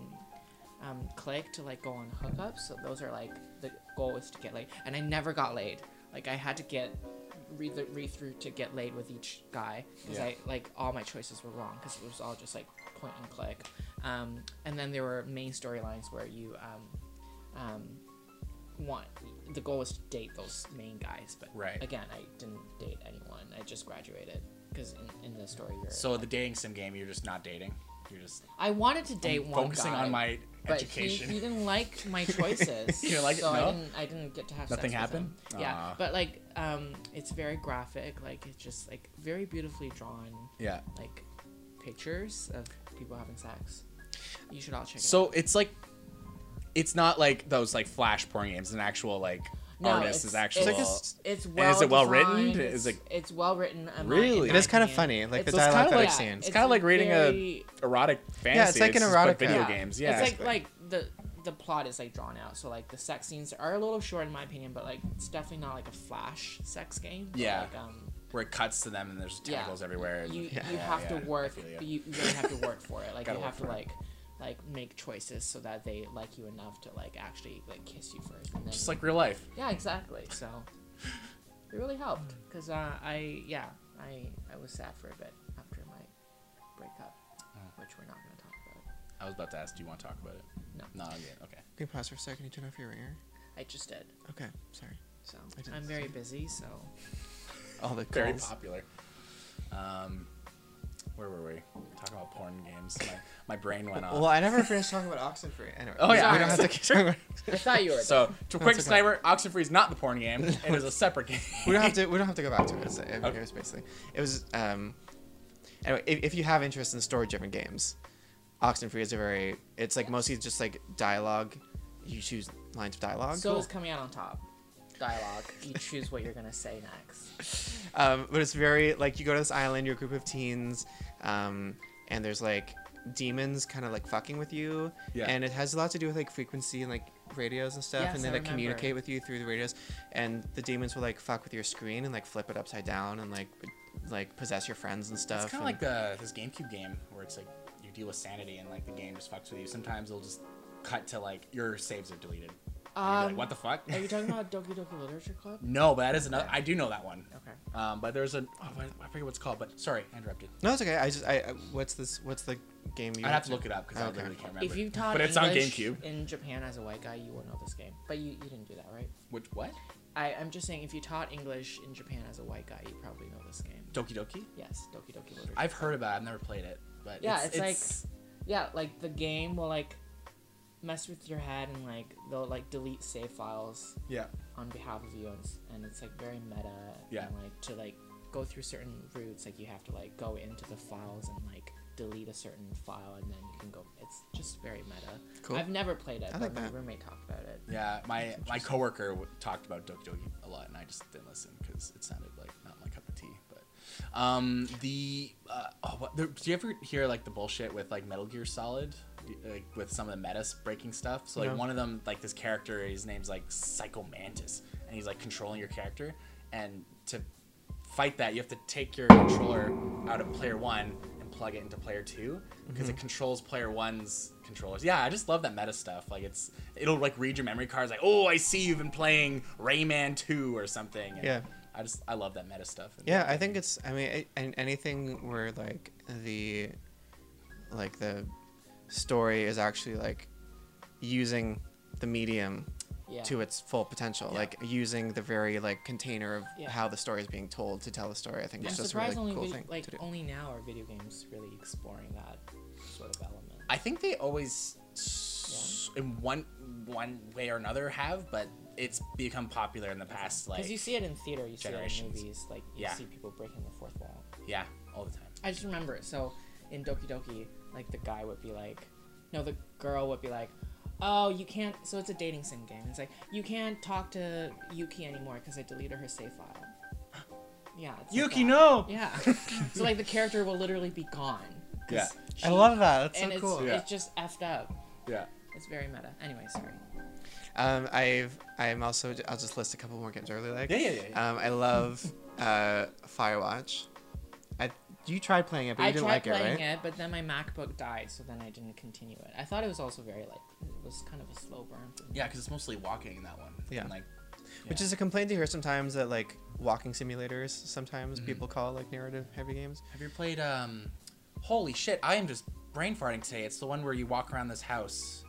S3: um, click to like go on hookups. So those are like the goal is to get laid, and I never got laid. Like I had to get read the read through to get laid with each guy because
S1: Yeah.
S3: I like all my choices were wrong because it was all just like point and click. Um, and then there were main storylines where you um, um, want the goal was to date those main guys, but
S1: Right.
S3: again, I didn't date anyone. I just graduated because in, in the story you're.
S1: So the dating sim game, you're just not dating. You're just
S3: I wanted to date one
S1: focusing
S3: guy,
S1: on my
S3: but
S1: education.
S3: He, he didn't like my choices.
S1: You didn't like it?
S3: so I
S1: No?
S3: didn't. I didn't get to have
S1: Nothing
S3: sex with
S1: happened?
S3: him. Yeah,
S1: Aw.
S3: but like, um, it's very graphic. Like it's just like very beautifully drawn,
S1: yeah.
S3: like pictures of people having sex. You should all check it. out.
S1: So it's like, it's not like those like flash porn games. An actual like
S3: No,
S1: artist
S3: it's-
S1: is actual.
S3: it's-
S2: it's-
S3: It's well.
S1: And is it well-written?
S3: designed,
S1: Is
S3: it's-
S1: it-
S3: It's well written. um,
S1: Really?
S3: in
S1: It
S3: my
S1: is
S2: kinda
S3: opinion.
S2: funny, like the
S1: it's kinda
S2: dialogue that I've
S1: like-
S2: seen. It's
S1: kinda like reading a-
S3: very-
S1: erotic fantasy.
S2: Yeah, it's like an
S1: just, but
S2: erotica.
S1: video games. Yeah.
S3: It's like like the the plot is like drawn out, so like the sex scenes are a little short in my opinion, but like it's definitely not like a flash sex game. but,
S1: Yeah.
S3: Like, um,
S1: where it cuts to them and there's
S3: Yeah.
S1: tentacles everywhere. And,
S3: you
S2: Yeah.
S3: you
S1: Yeah,
S3: have
S1: yeah,
S3: to
S1: I
S3: work.
S1: feel ya.
S3: You, you really have to work for it. Like
S1: Gotta
S3: you
S1: work
S3: have to
S1: for it.
S3: like like make choices so that they like you enough to like actually like kiss you first. And then,
S1: just like real life.
S3: yeah, exactly. So it really helped because uh, I yeah I I was sad for a bit after my breakup,
S1: Uh.
S3: which we're not gonna talk about.
S1: I was about to ask, do you want to talk about it?
S3: No.
S1: Not again. Okay.
S2: Can you pause for a second and turn off your ringer?
S3: I just did.
S2: Okay, sorry.
S3: So
S2: I didn't
S3: I'm
S2: see
S3: very
S2: it.
S3: busy. So.
S2: All the
S1: very
S2: calls.
S1: popular. Um, where were we? Talking about porn games. My, my brain went off.
S2: Well, I never finished talking about Oxenfree. Anyway,
S1: Oh, yeah.
S2: we don't have to keep talking about.
S3: I thought you were.
S1: so, to a quick
S2: That's okay.
S1: disclaimer, Oxenfree is not the porn game. It is a separate game.
S2: We don't have to. We don't have to go back to it. It's- It,
S1: Okay.
S2: it was basically. It was. Um, anyway, if, if you have interest in story-driven games, Oxenfree is a very. It's like mostly just like dialogue. You choose lines of dialogue.
S3: so is coming out on top. Dialogue. You choose what you're gonna say next.
S2: um, but it's very like you go to this island, you're a group of teens, um, and there's like demons kind of like fucking with you,
S1: Yeah.
S2: and it has a lot to do with like frequency and like radios and stuff,
S3: Yes,
S2: and they
S3: I
S2: like
S3: remember.
S2: communicate with you through the radios, and the demons will like fuck with your screen and like flip it upside down and like like possess your friends and stuff.
S1: It's kind
S2: and-
S1: of like the this GameCube game where it's like you deal with sanity and like the game just fucks with you. Sometimes it'll just cut to like your saves are deleted. And you'd be
S3: Um,
S1: like, what the fuck?
S3: Are you talking about Doki Doki Literature Club?
S1: no, but that is another. I do know that one.
S3: Okay.
S1: Um, but there's a. Oh, I- I forget what it's called. But sorry, I interrupted.
S2: No, it's okay. I just I I- what's this? What's the game? You
S1: I'd have to look it up because I
S2: Okay.
S1: literally can't remember.
S3: If you taught
S1: but it's
S3: English
S1: on GameCube.
S3: in Japan as a white guy, you would know this game. But you, you didn't do that, right?
S1: Which what?
S3: I, I'm just saying, if you taught English in Japan as a white guy, you probably know this game.
S1: Doki Doki.
S3: Yes, Doki Doki Literature.
S1: I've heard about. it. I've never played it. But
S3: Yeah,
S1: it's,
S3: it's like- yeah, like the game will like mess with your head and like they'll like delete save files
S1: yeah.
S3: on behalf of you, and it's, and it's like very meta.
S1: Yeah.
S3: And like to like go through certain routes, like you have to like go into the files and like delete a certain file, and then you can go. It's just very meta.
S2: Cool.
S3: I've never played it,
S2: I
S3: but
S2: like
S3: my
S2: that.
S3: roommate talked about it.
S1: Yeah, my my coworker w- talked about Doki Doki a lot, and I just didn't listen because it sounded like not my cup of tea. But um, the uh, oh, what, there, do you ever hear like the bullshit with like Metal Gear Solid, Do- like with some of the metas breaking stuff? So like
S2: No.
S1: one of them, like this character, his name's like Psycho Mantis, and he's like controlling your character, and to fight that, you have to take your controller out of player one and plug it into player two because
S2: Mm-hmm.
S1: it controls player one's controllers. Yeah, I just love that meta stuff. Like it's it'll like read your memory cards like, oh, I see you've been playing Rayman two or something. And
S2: Yeah.
S1: I just I love that meta stuff. And
S2: Yeah, I think it's. I mean, a- an- anything where like the, like the, story is actually like, using the medium
S3: Yeah.
S2: to its full potential.
S1: Yeah.
S2: Like using the very like container of
S3: Yeah.
S2: how the story is being told to tell the story. I think
S3: I'm
S2: it's just a
S3: surprised
S2: really
S3: only
S2: cool
S3: vid-
S2: thing
S3: like
S2: to do.
S3: only now are video games really exploring that sort of element.
S1: I think they always s- in one one way or another have, but it's become popular in the past
S3: Because
S1: like
S3: you see it in theater, you see it in
S1: generations.
S3: movies, like you
S1: Yeah.
S3: see people breaking the fourth wall.
S1: yeah all the time.
S3: I just remember it. So in Doki Doki, like the guy would be like, no, the girl would be like, oh, you can't. So it's a dating sim game. It's like you can't talk to Yuki anymore because I deleted her save file. Yeah. It's like that.
S1: no.
S3: Yeah. so like the character will literally be gone. 'cause
S1: Yeah.
S2: I love that. That's
S3: and
S2: so
S3: it's,
S2: cool.
S1: Yeah.
S3: it's just effed up.
S1: Yeah.
S3: It's very meta. Anyway, sorry.
S2: Um, I've I'm also I'll just list a couple more games I really like.
S1: Yeah, yeah, yeah, yeah.
S2: Um, I love uh, Firewatch. I you tried playing it, but you
S3: I
S2: didn't
S3: tried
S2: like it,
S3: playing
S2: right?
S3: it, but then my MacBook died, so then I didn't continue it. I thought it was also very like it was kind of a slow burn. For me.
S1: Yeah, because it's mostly walking in that one.
S2: Yeah.
S1: And, like
S2: Which
S1: Yeah.
S2: is a complaint to hear sometimes that like walking simulators sometimes people call like narrative heavy games.
S1: Have you played um Holy shit, I am just brain farting today. It's the one where you walk around this house.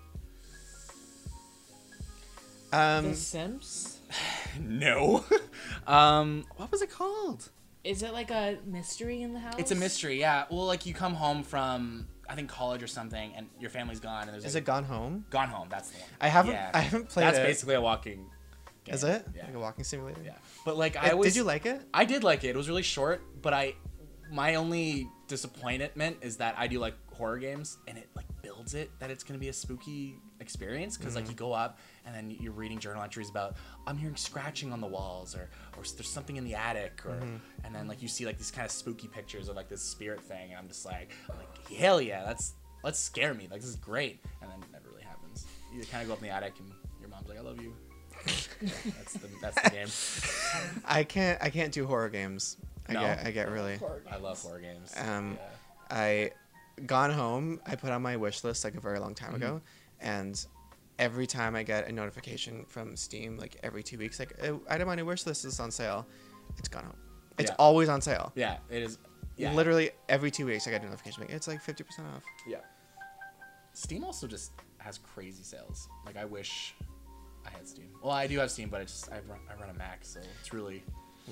S2: Um,
S3: The Sims?
S1: No. um what was it called?
S3: Is it like a mystery in the house?
S2: Oh.
S1: It's a mystery, yeah. Well, like you come home from I think college or something and your family's gone and there's
S2: is
S1: like,
S2: it Gone Home?
S1: gone home, that's the one.
S2: I haven't
S1: Yeah.
S2: I haven't played
S1: That's
S2: it.
S1: basically a walking game.
S2: Is it
S1: Yeah.
S2: like a walking simulator?
S1: yeah. But like
S2: It-
S1: I was
S2: Did you like it?
S1: I did like it. It was really short, but I my only disappointment is that I do like horror games and it like builds it that it's gonna be a spooky experience because like you go up and then you're reading journal entries about I'm hearing scratching on the walls or or there's something in the attic or and then like you see like these kind of spooky pictures of like this spirit thing and I'm just like I'm like hell yeah that's let's scare me like this is great and then it never really happens you kind of go up in the attic and your mom's like I love you that's the that's the game
S2: I can't I can't do horror games. I
S1: No.
S2: get I get really.
S1: I love horror games
S2: Um,
S1: yeah.
S2: I gone home. I put on my wish list like a very long
S1: Mm-hmm.
S2: time ago, and every time I get a notification from Steam, like every two weeks, like "Oh, item on your wish list is on sale, it's gone home. It's
S1: Yeah.
S2: always on sale.
S1: Yeah, it is. Yeah,
S2: Literally every two weeks, I get a notification like it's like fifty percent off.
S1: Yeah. Steam also just has crazy sales. Like I wish I had Steam. Well, I do have Steam, but I just I run, I run a Mac, so it's really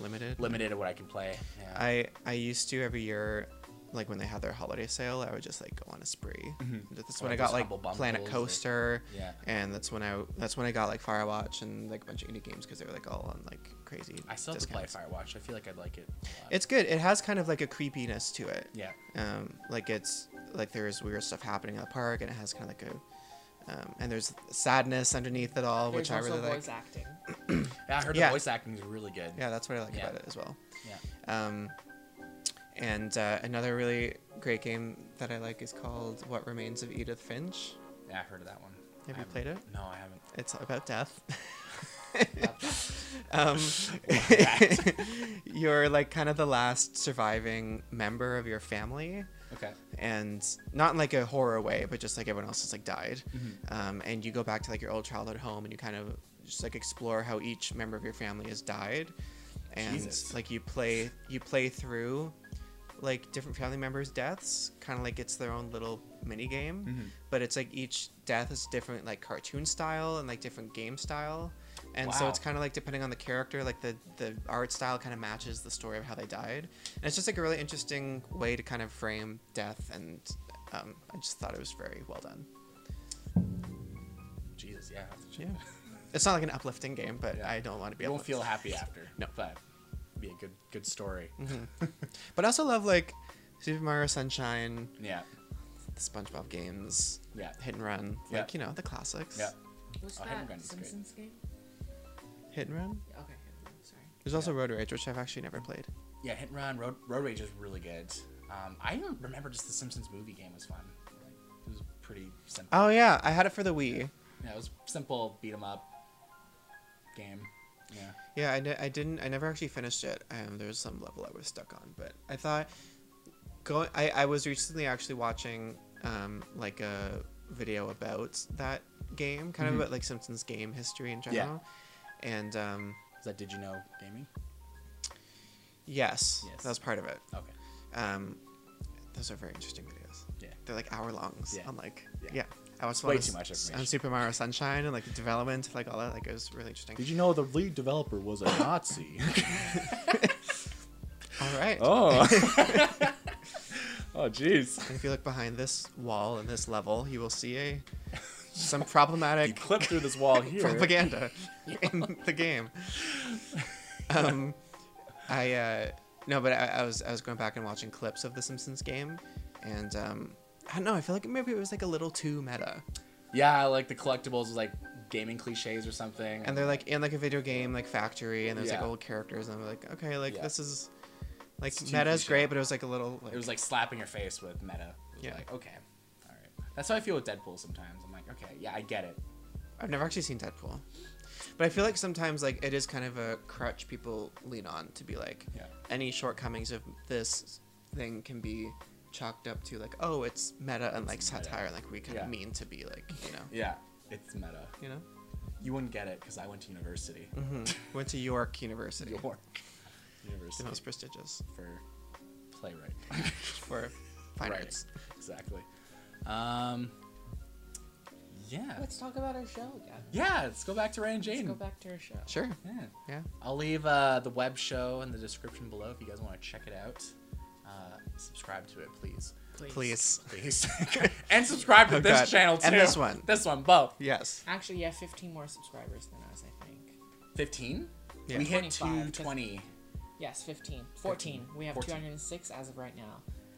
S2: Limited.
S1: limited to what I can play. Yeah.
S2: I I used to every year, like when they had their holiday sale, I would just like go on a spree. That's
S1: Mm-hmm. Or,
S2: when I
S1: like,
S2: got
S1: those
S2: like
S1: Humble Bundles
S2: Planet
S1: or-
S2: Coaster.
S1: Yeah.
S2: And that's when I that's when I got like Firewatch and like a bunch of indie games because they were like all on like crazy.
S1: I still have to play
S2: discounts.
S1: Firewatch. I feel like I'd like it. A lot.
S2: It's good. It has kind of like a creepiness to it.
S1: yeah.
S2: Um, like it's like there's weird stuff happening in the park, and it has kind of like a. Um, and there's sadness underneath it all,
S3: There's
S2: which I
S3: also
S2: really like.
S3: voice acting.
S1: Yeah, I heard
S2: Yeah.
S1: the voice acting is really good.
S2: Yeah, that's what I like
S1: Yeah.
S2: about it as well.
S1: Yeah.
S2: Um, and uh, another really great game that I like is called What Remains of Edith Finch.
S1: Yeah, I heard of that one.
S2: Have
S1: I
S2: you played
S1: haven't- No, I haven't.
S2: It's about death.
S3: Love that.
S2: um, you're like kind of the last surviving member of your family.
S1: Okay.
S2: and not in like a horror way, but just like everyone else has like died. Um, and you go back to like your old childhood home and you kind of just like explore how each member of your family has died, and
S1: Jesus.
S2: like you play you play through like different family members' deaths, kind of like it's their own little mini game. But it's like each death is different, like cartoon style and like different game style. And so
S1: Wow.
S2: it's kind of like depending on the character, like the the art style kind of matches the story of how they died. And it's just like a really interesting way to kind of frame death. And um, I just thought it was very well done.
S1: Jesus, yeah. I have to check
S2: Yeah,
S1: it.
S2: it's not like an uplifting game, but
S1: Yeah.
S2: I don't want to be.
S1: You won't feel
S2: uplifted.
S1: happy after.
S2: No. Mm-hmm.
S1: But be a good good story.
S2: But I also love like Super Mario Sunshine,
S1: Yeah.
S2: the SpongeBob games,
S1: Yeah.
S2: Hit and Run,
S1: Yeah.
S2: like you know the classics.
S1: Yeah.
S3: What's
S1: Oh, Hidden Gun
S3: that
S1: is great.
S3: Simpsons game?
S2: Hit and Run.
S3: Okay, Hidden Gun, sorry.
S2: There's also Road Rage, which I've actually never played.
S1: Yeah, Hit and Run, Road, Road Rage is really good. Um, I even remember just the Simpsons movie game was fun. Like, it was pretty simple.
S2: Oh yeah, I had it for the Wii.
S1: Yeah, it was simple beat 'em up game. Yeah.
S2: Yeah, I, di- I didn't. I never actually finished it. Um, there was some level I was stuck on, but I thought going. I, I was recently actually watching um like a video about that game, kind
S1: Mm-hmm.
S2: of about like Simpsons game history in general. And um,
S1: Is that Did You Know Gaming?
S2: yes,
S1: Yes.
S2: that was part of it.
S1: Okay.
S2: Um, those are very interesting videos.
S1: Yeah.
S2: They're like hour longs.
S1: Yeah.
S2: I'm like,
S1: Yeah.
S2: yeah. I watched
S1: Way
S2: one on
S1: too
S2: S-
S1: much
S2: on
S1: information.
S2: Super Mario Sunshine and like the development, like all that. Like it was really interesting.
S1: you know the lead developer was a Nazi?
S2: all right.
S1: oh. oh, jeez.
S2: And if you look behind this wall and this level, you will see a some problematic
S1: clip through this wall here.
S2: propaganda in the game. Um, I uh, no, but I, I was I was going back and watching clips of the Simpsons game, and um, I don't know. I feel like maybe it was like a little too meta,
S1: Yeah, like the collectibles, like gaming cliches or something.
S2: and they're like in like a video game like factory, and there's like
S1: Yeah.
S2: old characters, and I'm like, okay, like
S1: Yeah.
S2: this is like
S1: It's too
S2: meta is
S1: cliche.
S2: great, but it was like a little like,
S1: it was like slapping your face with meta. It was
S2: Yeah.
S1: Like okay, all right. That's how I feel with Deadpool sometimes. I'm like, okay, yeah, I get it.
S2: I've never actually seen Deadpool. But I feel like sometimes like it is kind of a crutch people lean on to be like
S1: Yeah.
S2: any shortcomings of this thing can be chalked up to like oh it's meta and like
S1: meta.
S2: satire like we kind
S1: Yeah.
S2: of mean to be like you know
S1: Yeah, it's meta.
S2: you know Mm-hmm.
S1: You wouldn't get it because I went to university.
S2: Mm. went to York University
S1: York
S2: the
S1: University
S2: most prestigious
S1: for playwright.
S2: for fine
S1: Right.
S2: arts
S1: exactly. Um. Yeah.
S3: Let's talk about our show again.
S1: Yeah. Let's go back to Ray and
S3: Let's
S1: Jane.
S3: go back to our show.
S2: sure
S1: Yeah.
S2: yeah
S1: I'll leave uh, the web show in the description below if you guys want to check it out. Uh, subscribe to it, please.
S2: please
S1: Please. and subscribe to
S2: Oh,
S1: this
S2: God.
S1: channel too.
S2: And this one.
S1: This one, both.
S2: yes
S3: Actually, yeah, 15 more subscribers than us, I think.
S1: 15?
S2: Yeah.
S1: We hit
S3: 25, 'cause-
S1: 220.
S3: Yes, 15. 14. We have
S1: 14.
S3: 206 as of right now.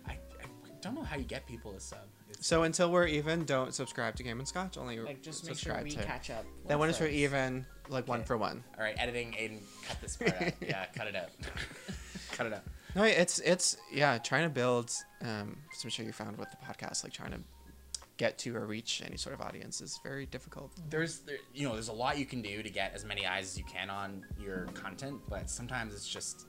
S1: I, I don't know how you get people to sub. It's,
S2: so until we're even don't subscribe to Game and Scotch only
S3: Like, just make sure
S2: subscribe
S3: we
S2: to
S3: catch up.
S2: that one is for
S3: first.
S2: even like one
S1: Okay.
S2: for one
S1: all right, editing, Aiden, cut this part out. Yeah, cut it out. cut it out.
S2: No, it's it's yeah, trying to build. Um, as I'm sure you found with the podcast, like trying to get to or reach any sort of audience is very difficult.
S1: There's, there, you know, there's a lot you can do to get as many eyes as you can on your content, but sometimes it's just,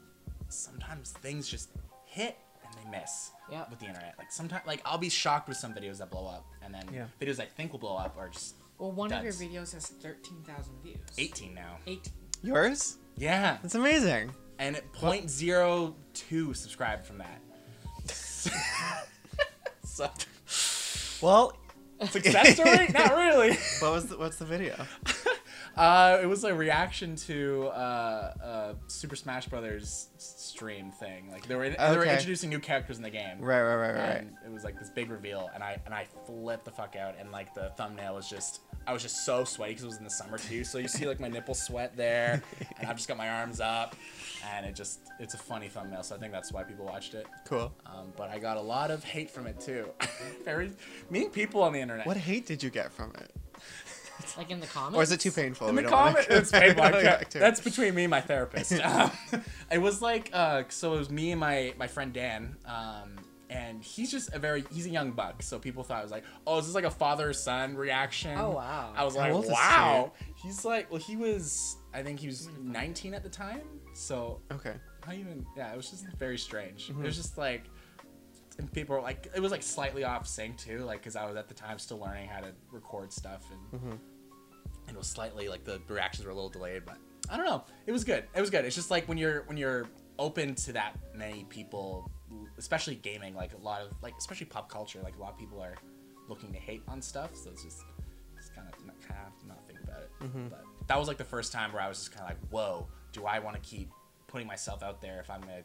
S1: sometimes things just hit and they miss
S3: Yeah.
S1: with the internet. Like sometimes, like I'll be shocked with some videos that blow up, and then
S2: Yeah.
S1: videos I think will blow up are just
S3: Well, one
S1: Duds.
S3: of your videos has 13,000 views.
S1: 18 now.
S3: 18.
S2: Yours?
S1: Yeah.
S2: That's amazing.
S1: and it point zero two subscribed from that. so,
S2: Well,
S1: success story? Not really.
S2: what was the, what's the video?
S1: Uh, it was a reaction to uh, a Super Smash Brothers stream thing. Like they were they were
S2: Okay.
S1: introducing new characters in the game.
S2: Right, right, right, right.
S1: And it was like this big reveal, and I and I flipped the fuck out, and like the thumbnail was just I was just so sweaty because it was in the summer too, so you see like my nipple sweat there, and I've just got my arms up, and it just it's a funny thumbnail, so I think that's why people watched it.
S2: Cool.
S1: Um, but I got a lot of hate from it too. Very mean people on the internet.
S2: What hate did you get from it?
S3: Like in the comments?
S2: Or is it too painful?
S1: In
S2: We
S1: the
S2: don't wanna-
S1: comment, it's
S2: we don't
S1: painful. I
S2: wanna
S1: can't-
S2: get to it.
S1: That's between me and my therapist. Um, it was like, uh, so it was me and my my friend Dan, um, and he's just a very he's a young buck, so people thought I was like, oh, is this like a father son reaction?
S3: Oh, wow.
S1: I was
S2: How
S1: like,
S2: old is
S1: wow. He's like, well, he was, I think he was 19 at the time, so
S2: okay.
S1: how even? Yeah, it was just very strange. It was just like, and people were like, it was like slightly off sync too, like because I was at the time still learning how to record stuff and and it was slightly like the reactions were a little delayed, but I don't know. It was good. It was good. It's just like when you're when you're open to that many people, especially gaming, like a lot of like especially pop culture, like a lot of people are looking to hate on stuff, so it's just it's kind of not, kind of not think about it. But that was like the first time where I was just kind of like, whoa, do I want to keep putting myself out there if I'm gonna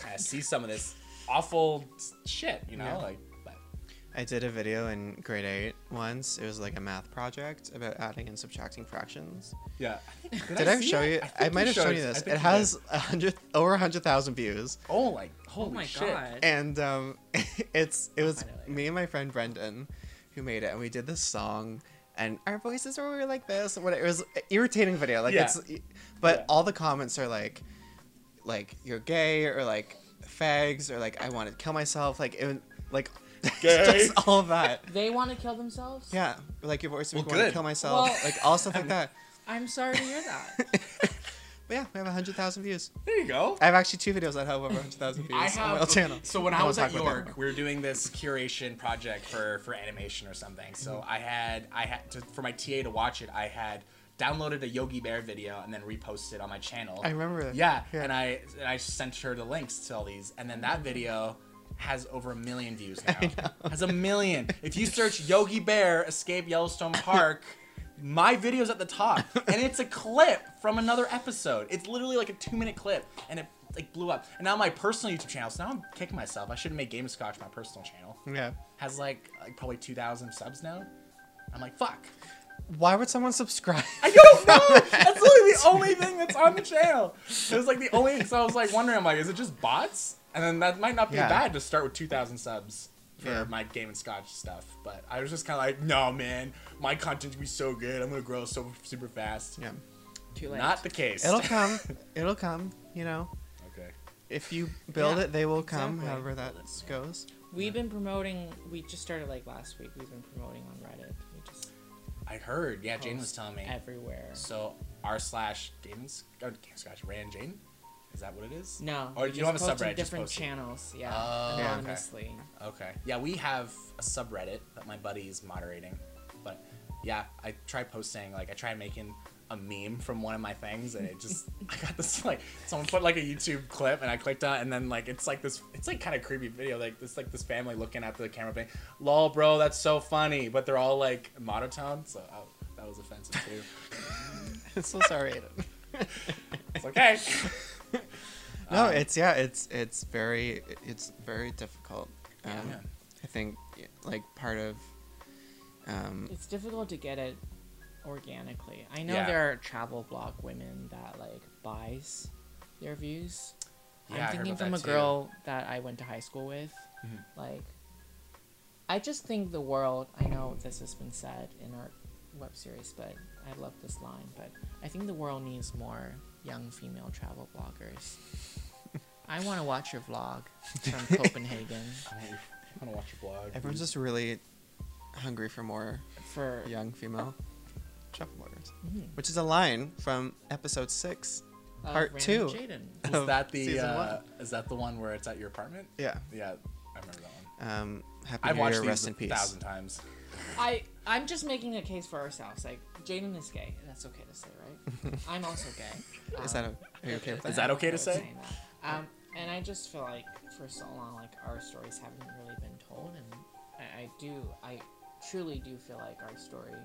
S1: kind of see some of this awful s- shit, you know?
S2: Yeah.
S1: Like, but
S2: I did a video in grade eight once. It was like a math project about adding and subtracting fractions.
S1: yeah.
S2: Did, I, show you? I, might have shown you this. It has a hundred over a hundred thousand views,
S1: Oh, like holy
S3: Oh my
S1: shit.
S3: god.
S2: and um, it's it was
S3: find it later.
S2: me and my friend Brendan who made it, and we did this song, and our voices were really like this. When it was an irritating video, like
S1: Yeah.
S2: it's, but
S1: Yeah.
S2: all the comments are like, like you're gay or like fags or like I want to kill myself, like it, like
S1: Gay.
S2: just all of that.
S3: They want to kill themselves?
S2: Yeah, like your voice
S1: Well,
S2: made me want
S1: good.
S2: to kill myself,
S3: Well-
S2: like all stuff like that.
S3: I'm sorry to hear that.
S2: but yeah, we have hundred thousand views.
S1: There you go.
S2: I have actually two videos that have over hundred thousand views
S1: I
S2: on my
S1: have.
S2: old channel.
S1: So when I
S2: don't
S1: was
S2: wanna
S1: at
S2: talk about that
S1: York, we were doing this curation project for for animation or something.
S2: Mm-hmm.
S1: So I had I had to, for my TA to watch it. I had downloaded a Yogi Bear video and then reposted on my channel.
S2: I remember that.
S1: Yeah,
S2: Yeah.
S1: and I and I sent her the links to all these, and then that video has over a million views now. Has a million. If you search Yogi Bear Escape Yellowstone Park, my video's at the top, and it's a clip from another episode. It's literally like a two-minute clip, and it like blew up. And now my personal YouTube channel. So now I'm kicking myself. I should have made Game of Scotch my personal channel.
S2: Yeah.
S1: Has like like probably two thousand subs now. I'm like fuck.
S2: Why would someone subscribe?
S1: I don't know. That's literally the only thing that's on the channel. It was like the only. So I was like wondering, I'm like, is it just bots? And then that might not be
S2: Yeah.
S1: bad to start with 2,000 subs for
S2: Yeah.
S1: my game and scotch stuff. But I was just kind of like, no, man, my content's gonna be so good. I'm gonna grow so super fast.
S2: yeah.
S3: Too late.
S1: Not the case.
S2: It'll come. It'll come. You know,
S1: okay.
S2: if you build
S3: Yeah,
S2: it, they will come.
S3: exactly.
S2: However that goes.
S3: We've been promoting, we just started like last week, we've been promoting on Reddit. We just
S1: I heard. Yeah, Jane was
S3: post
S1: telling me.
S3: Everywhere.
S1: So r slash game and Sc- oh, Game and scotch ran Jane. Is that what it is?
S3: No.
S1: Or
S3: we
S1: you don't have a
S3: just post in
S1: subreddit. Just
S3: Different
S1: post it.
S3: channels, yeah.
S1: Oh, okay.
S3: anonymously.
S1: Okay. Yeah, we have a subreddit that my buddy is moderating. But yeah, I try posting, like, I try making a meme from one of my things, and it just, I got this, like, someone put, like, a YouTube clip, and I clicked on it, and then, like, it's, like, this, it's, like, kind of creepy video. Like, this, like, this family looking at the camera being, lol, bro, that's so funny. But they're all, like, monotone, so I, that was offensive, too.
S2: I'm so sorry. Aiden.
S1: it's okay.
S2: no,
S1: Um,
S2: it's yeah. It's it's very it's very difficult. Um,
S3: Yeah.
S1: Yeah.
S2: I think yeah, like part of. Um,
S3: It's difficult to get it organically. I know
S1: Yeah.
S3: there are travel blog women that like buys their views.
S1: Yeah, I heard
S3: I'm thinking
S1: about
S3: from
S1: that
S3: a
S1: too.
S3: girl that I went to high school with.
S1: Mhm.
S3: Like, I just think the world. I know this has been said in our web series, but I love this line. But I think the world needs more young female travel bloggers. I want to watch your vlog from Copenhagen
S1: I wanna- I want to watch your blog.
S2: everyone's just really hungry for more
S3: for
S2: young female travel bloggers,
S3: Mhm.
S2: which is a line from episode six.
S3: of
S2: Part
S3: Random
S2: two.
S3: Jaden.
S1: Is
S2: of
S1: that the,
S2: season
S1: uh,
S2: one.
S1: is that the one where it's at your apartment?
S2: Yeah.
S1: Yeah, I remember that one.
S2: Um, happy
S1: I've
S2: New
S1: watched
S2: Year.
S1: these
S2: Rest in
S1: a
S2: peace.
S1: thousand times.
S3: I I'm just making a case for ourselves. Like Jaden is gay. That's okay to say, right? I'm also gay.
S2: Is that
S3: Um,
S2: a, are you okay with that?
S1: Is that okay to
S3: I'm
S1: say?
S3: saying that. Um, and I just feel like for so long, like our stories haven't really been told, and I, I do, I truly do feel like our story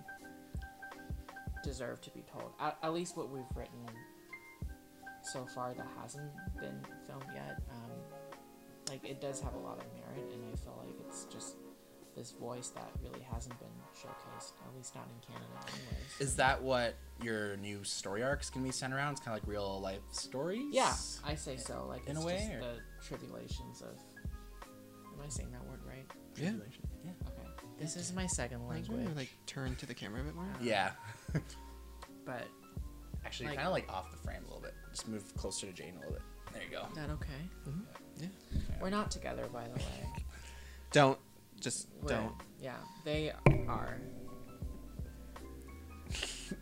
S3: deserved to be told. At, at least what we've written so far that hasn't been filmed yet. Um, like it does have a lot of merit, and I feel like it's just this voice that really hasn't been showcased, at least not in Canada, anyways.
S1: Is that what your new story arcs can be sent around? It's kind of like real life stories.
S3: Yeah, I say so. Like
S1: In
S3: it's
S1: a way,
S3: just
S1: or-
S3: the tribulations of. Am I saying that word right?
S2: Yeah.
S1: Yeah.
S3: Okay. This is my second
S2: Like,
S3: language,
S2: like turn to the camera a bit more.
S1: Yeah.
S3: but
S1: Actually,
S3: Like-
S1: kind of like off the frame a little bit. Just move closer to Jane a little bit. There you go.
S3: is that okay?
S2: Yeah.
S3: We're not together, by the way.
S2: Don't just
S3: We're-
S2: don't.
S3: Yeah, they are.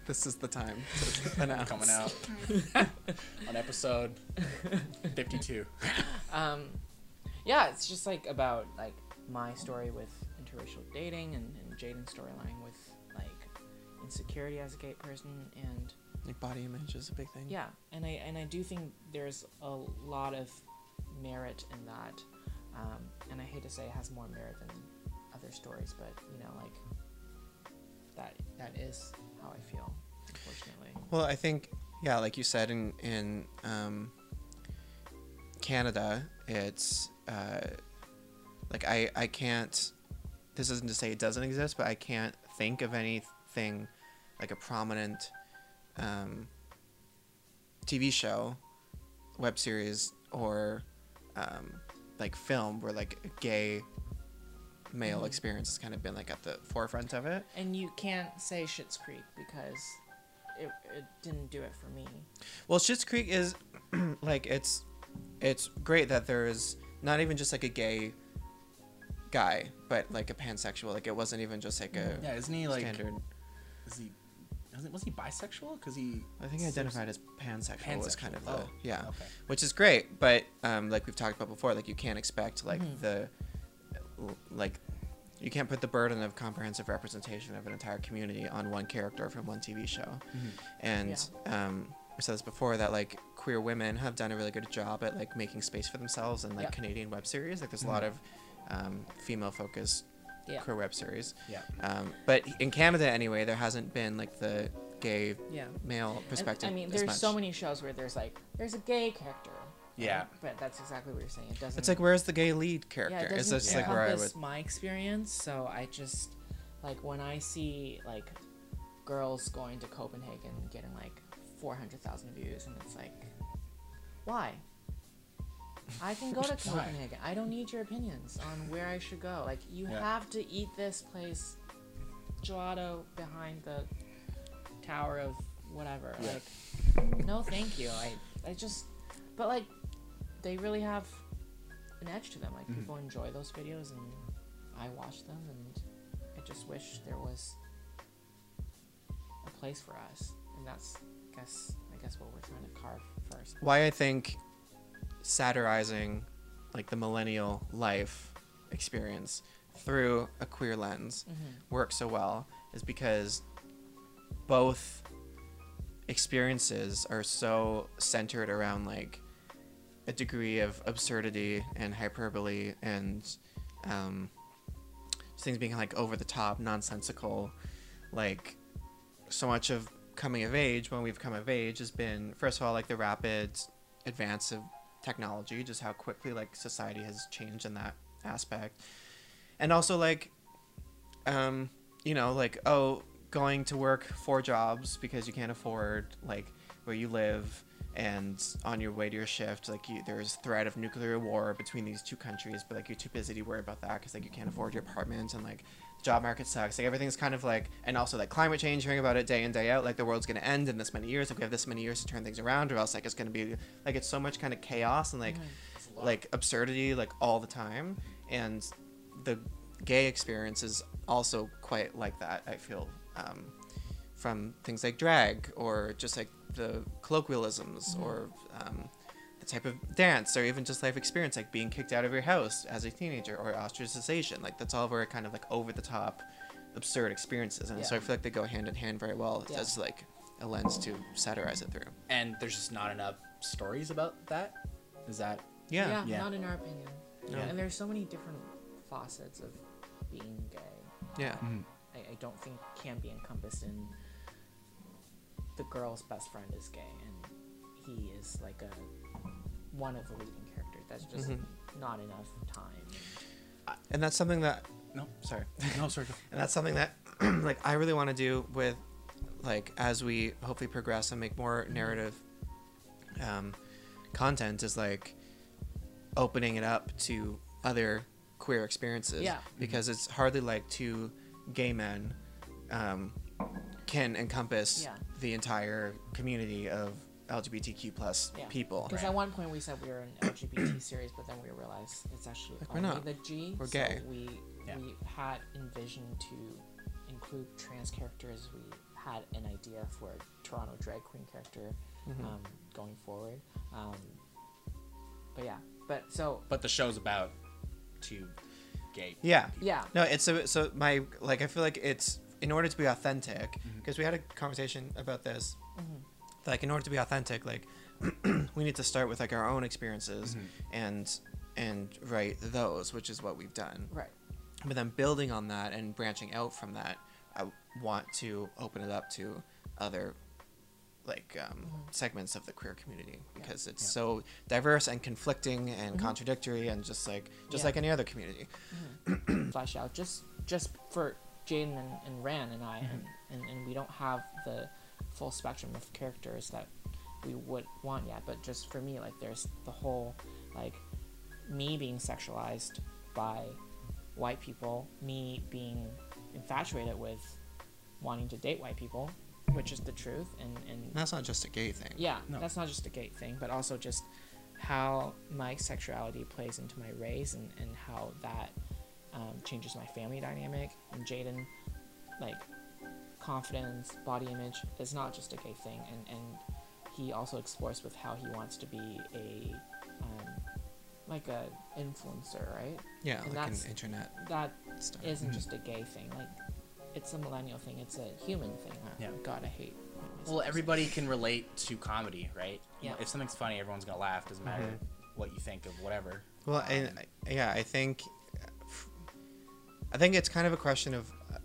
S2: This is the time.
S1: Coming out on episode 52.
S3: Um, yeah, it's just like about like my story with interracial dating and, and Jaden's storyline with like insecurity as a gay person and
S2: Like body image is a big thing.
S3: yeah, and I and I do think there's a lot of merit in that, um, and I hate to say it has more merit than other stories, but you know like that that is how I feel, unfortunately.
S2: Well, I think yeah, like you said in in um, Canada, it's uh, like I I can't. This isn't to say it doesn't exist, but I can't think of anything like a prominent um, TV show, web series, or um, like film where like a gay male experience has kind of been like at the forefront of it.
S3: And you can't say Schitt's Creek because it, it didn't do it for me.
S2: Well, Schitt's Creek is like it's it's great that there is not even just like a gay guy, but like a pansexual. Like it wasn't even just like a
S1: Yeah, isn't he like?
S2: standard.
S1: Is he? Isn't, was he bisexual? Cause he.
S2: I think I identified as pansexual, was
S1: Pansexual,
S2: kind of
S1: oh,
S2: the yeah,
S1: okay.
S2: which is great. But um, like we've talked about before, like you can't expect like
S1: Mm-hmm.
S2: the like you can't put the burden of comprehensive representation of an entire community on one character from one TV show. And um, we said this before that like queer women have done a really good job at like making space for themselves in like
S3: Yeah.
S2: Canadian web series. Like there's a lot of um, female focused
S3: Yeah.
S2: queer web series.
S1: Yeah.
S2: Um, but in Canada anyway, there hasn't been like the gay
S3: Yeah.
S2: male
S3: And,
S2: perspective.
S3: I mean,
S2: as
S3: there's so
S2: much.
S3: many shows where there's like there's a gay character.
S1: Yeah.
S3: But that's exactly what you're saying. It doesn't.
S2: It's like where's the gay lead character?
S3: yeah, it
S2: it's
S3: doesn't
S2: just like where I would.
S3: encompass my experience. So I just like when I see like girls going to Copenhagen and getting like four hundred thousand views, and it's like, why? I can go to
S1: Why?
S3: Copenhagen. I don't need your opinions on where I should go. Like you
S1: Yeah.
S3: have to eat this place gelato behind the tower of whatever.
S1: Yeah.
S3: Like, no, thank you. I, I just, but like, they really have an edge to them. Like, people enjoy those videos, and I watch them, and I just wish there was a place for us, and that's, I guess, I guess what we're trying to carve first.
S2: why I think satirizing like the millennial life experience through a queer lens works so well is because both experiences are so centered around like a degree of absurdity and hyperbole and um, just things being like over the top, nonsensical, like so much of coming of age when we've come of age has been first of all like the rapid advance of technology just how quickly like society has changed in that aspect and also like um you know like oh going to work four jobs because you can't afford like where you live and on your way to your shift like you, there's threat of nuclear war between these two countries but like you're too busy to worry about that because like you can't afford your apartment and like the job market sucks like everything's kind of like and also like climate change hearing about it day in day out like the world's going to end in this many years like we have this many years to turn things around or else like it's going to be like it's so much kind of chaos and like like absurdity like all the time and the gay experience is also quite like that i feel um, from things like drag or just like the colloquialisms
S3: Mm-hmm.
S2: or um, the type of dance or even just life experience like being kicked out of your house as a teenager or ostracization like that's all very kind of like over the top absurd experiences and so i
S3: Yeah.
S2: feel like they go hand in hand very well
S3: Yeah.
S2: as like a lens to satirize it through
S1: And there's just not enough stories about that. Is that?
S2: yeah,
S3: yeah,
S1: yeah.
S3: not in our opinion.
S2: No.
S3: And there's so many different facets of being gay.
S2: yeah.
S3: I, I don't think can be encompassed in the girl's best friend is gay and he is like a one of the leading characters. That's just
S2: Mm-hmm.
S3: not enough time.
S2: and that's something that
S1: No.
S2: sorry
S1: No, sorry.
S2: and that's something that like i really want to do with like as we hopefully progress and make more narrative um, content is like opening it up to other queer experiences
S3: Yeah.
S2: because it's hardly like two gay men um, can encompass
S3: Yeah.
S2: the entire community of lgbtq plus
S3: Yeah.
S2: people
S3: Because at one point we said we were an LGBT series, but then we realized it's actually
S2: Like, we're
S3: only
S2: not.
S3: the G.
S2: We're
S3: so
S2: gay.
S3: we
S1: Yeah.
S3: we had envisioned to include trans characters. We had an idea for a Toronto
S2: Mm-hmm.
S3: drag queen character um, going forward. Um, but yeah, But so
S1: But the show's about two gay.
S2: Yeah.
S3: Yeah.
S2: No, it's a, so my like I feel like it's in order to be authentic because we had a conversation about this. Like in order to be authentic, like we need to start with like our own experiences and and write those, which is what we've done.
S3: right.
S2: But then building on that and branching out from that, I want to open it up to other like um, segments of the queer community because it's so diverse and conflicting and contradictory and just like just
S3: Yeah.
S2: like any other community.
S3: flesh out just just for Jaden and, and Ran and I and, and, and we don't have the full spectrum of characters that we would want yet, but just for me, like there's the whole like me being sexualized by white people, me being infatuated with wanting to date white people, which is the truth and, and
S2: And that's not just a gay thing.
S3: yeah,
S1: No.
S3: that's not just a gay thing, but also just how my sexuality plays into my race and, and how that um, changes my family dynamic. And Jaden, like, confidence, body image is not just a gay thing. And, and he also explores with how he wants to be a, um, like, a influencer, right?
S2: Yeah,
S3: And
S2: like an
S3: that's-
S2: internet
S3: That
S2: star.
S3: isn't
S1: Mm-hmm.
S3: just a gay thing. Like, it's a millennial thing. It's a human thing. Oh,
S1: Yeah.
S3: God, I hate.
S1: Well, everybody can relate to comedy, right?
S3: Yeah.
S1: If something's funny, everyone's gonna laugh. Doesn't matter what you think of whatever.
S2: Well, and
S3: um,
S2: I- yeah, I think I think it's kind of a question of uh,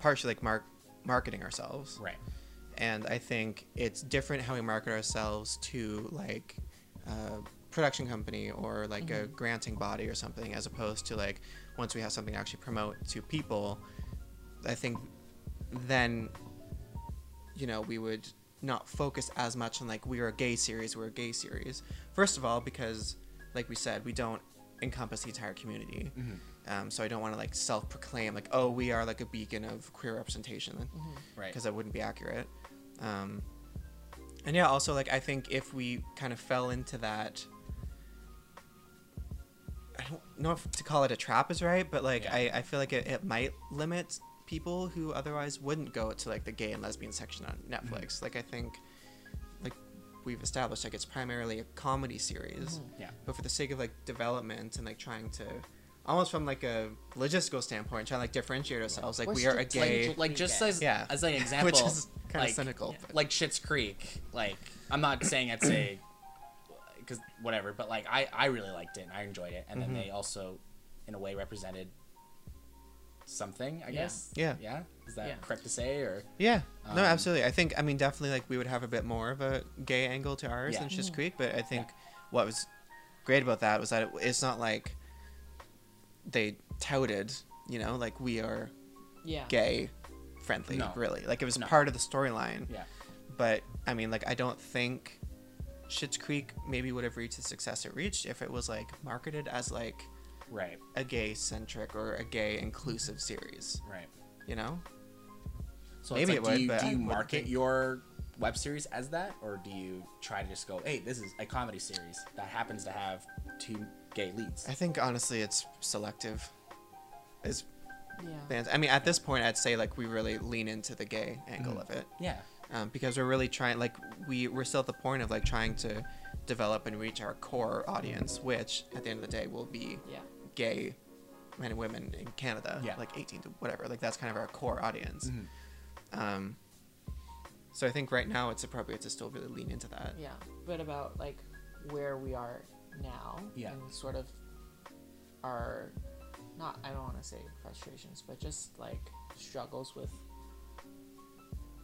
S2: partially like mark marketing ourselves,
S1: Right.
S2: and I think it's different how we market ourselves to like a production company or like a granting body or something, as opposed to like once we have something to actually promote to people. I think then you know, we would not focus as much on like we're a gay series, we're a gay series. First of all, because like we said, we don't encompass the entire community. Um, so I don't want to like self-proclaim like, oh, we are like a beacon of queer representation,
S1: Right.
S2: Because that wouldn't be accurate. Um, and yeah, also like I think if we kind of fell into that, I don't know if to call it a trap is right, but like
S1: Yeah.
S2: I, I feel like it, it might limit people who otherwise wouldn't go to like the gay and lesbian section on
S1: Mm-hmm.
S2: Netflix. Like I think like we've established like it's primarily a comedy series.
S1: Yeah.
S2: But for the sake of like development and like trying to almost from like a logistical standpoint, trying to like differentiate ourselves, like
S3: We're
S2: we are a gay
S3: strategic-
S1: Like just
S3: Yeah.
S1: as
S2: Yeah.
S1: as an example,
S2: which is kind
S1: like,
S2: of cynical.
S3: yeah.
S2: but-
S1: like Shit's Creek. Like I'm not saying I'd say because whatever, but like I I really liked it and I enjoyed it, and
S2: Mm-hmm.
S1: then they also, in a way, represented something. I
S3: Yeah.
S1: guess.
S2: Yeah.
S1: Yeah. Is that
S3: Yeah.
S1: correct to say or?
S2: Yeah.
S1: Um,
S2: no, absolutely. I think I mean definitely like we would have a bit more of a gay angle to ours
S1: Yeah.
S2: than Schitt's Creek, but I think what was great about that was that it, it's not like they touted, you know, like we are
S3: Yeah.
S2: gay friendly
S1: No.
S2: really. Like it was
S1: No.
S2: part of the storyline.
S1: Yeah.
S2: But I mean like I don't think Schitt's Creek maybe would have reached the success it reached if it was like marketed as like
S1: Right.
S2: a gay centric or a gay inclusive
S1: Mm-hmm.
S2: series,
S1: Right.
S2: you know?
S1: So
S2: Maybe
S1: it's
S2: it
S1: like,
S2: would,
S1: do you,
S2: but
S1: do
S2: I
S1: you
S2: wouldn't
S1: market
S2: think-
S1: your web series as that, or do you try to just go, hey, this is a comedy series that happens to have two gay leads?
S2: I think honestly it's selective. It's
S3: Yeah.
S2: bands. I mean, at this point, I'd say like we really lean into the gay angle
S1: Mm.
S2: of it
S1: Yeah.
S2: um, because we're really trying. Like we we're still at the point of like trying to develop and reach our core audience, which at the end of the day will be
S3: Yeah.
S2: gay men and women in Canada,
S1: Yeah.
S2: like 18 to whatever. Like that's kind of our core audience.
S1: Mm-hmm.
S2: Um, so I think right now it's appropriate to still really lean into that.
S3: Yeah, but about like where we are now
S1: Yeah.
S3: and sort of our not I don't want to say frustrations, but just like struggles with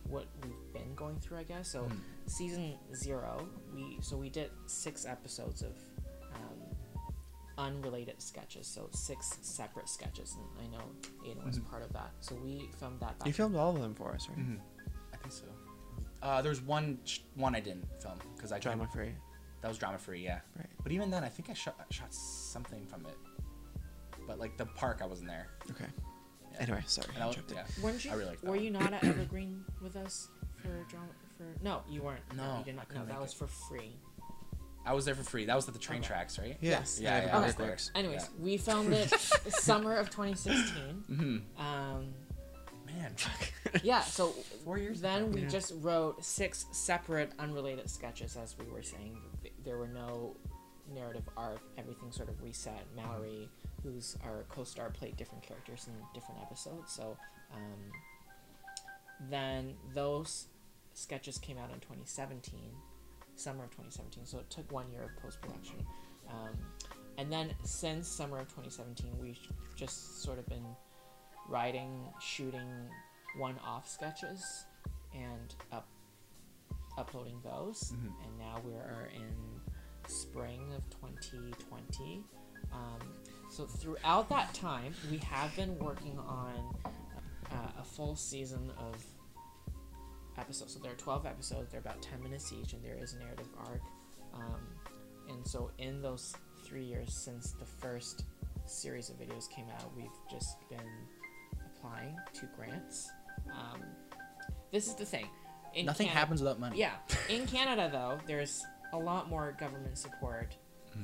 S3: what we've been going through, I guess. So
S2: Hmm.
S3: season zero, we so we did six episodes of um, unrelated sketches, so six separate sketches, and I know Aiden was part of that. So we filmed that. Back
S2: Mm-hmm. You filmed all of them for us, right?
S1: Mm-hmm. I think so. Uh, there's one sh- one I didn't film because I
S2: Drama
S1: couldn't-
S2: free.
S1: that was drama free, yeah.
S2: Right.
S1: But even then, I think I shot, shot something from it. But like the park, I wasn't there.
S2: Okay.
S1: Yeah.
S2: Anyway, sorry.
S1: And I was,
S2: interrupted.
S1: yeah.
S3: Weren't you?
S1: I really liked that
S3: were
S1: one.
S3: you not at Evergreen with us for drama? For no, you weren't.
S1: No,
S3: you did
S1: I
S3: not.
S1: couldn't
S3: No, that
S1: make
S3: was
S1: it.
S3: for free.
S1: I was there for free. That was at the train
S3: Okay.
S1: tracks, right?
S3: Yes.
S1: Yeah,
S2: Yeah.
S1: yeah, I
S2: yeah,
S1: was there.
S3: Anyways,
S1: Yeah.
S3: we filmed it summer of 2016.
S1: Mm-hmm.
S3: Um,
S1: Man,
S3: yeah, so
S1: Four years
S3: Then we
S2: Yeah.
S3: just wrote six separate, unrelated sketches, as we were saying. Th- There were no narrative arc, everything sort of reset. Mallory, who's our co-star, played different characters in different episodes. So um, then those sketches came out in 2017, summer of 2017. So it took one year of post-production. Um, and then since summer of 2017, we've just sort of been writing, shooting one-off sketches and up uploading those and now we are in spring of 2020 um, so throughout that time we have been working on uh, a full season of episodes so there are 12 episodes they're about 10 minutes each and there is a narrative arc um, and so in those three years since the first series of videos came out we've just been applying to grants um, this is the thing in
S1: Nothing
S3: Canada-
S1: happens without money.
S3: yeah. In Canada, though, there's a lot more government support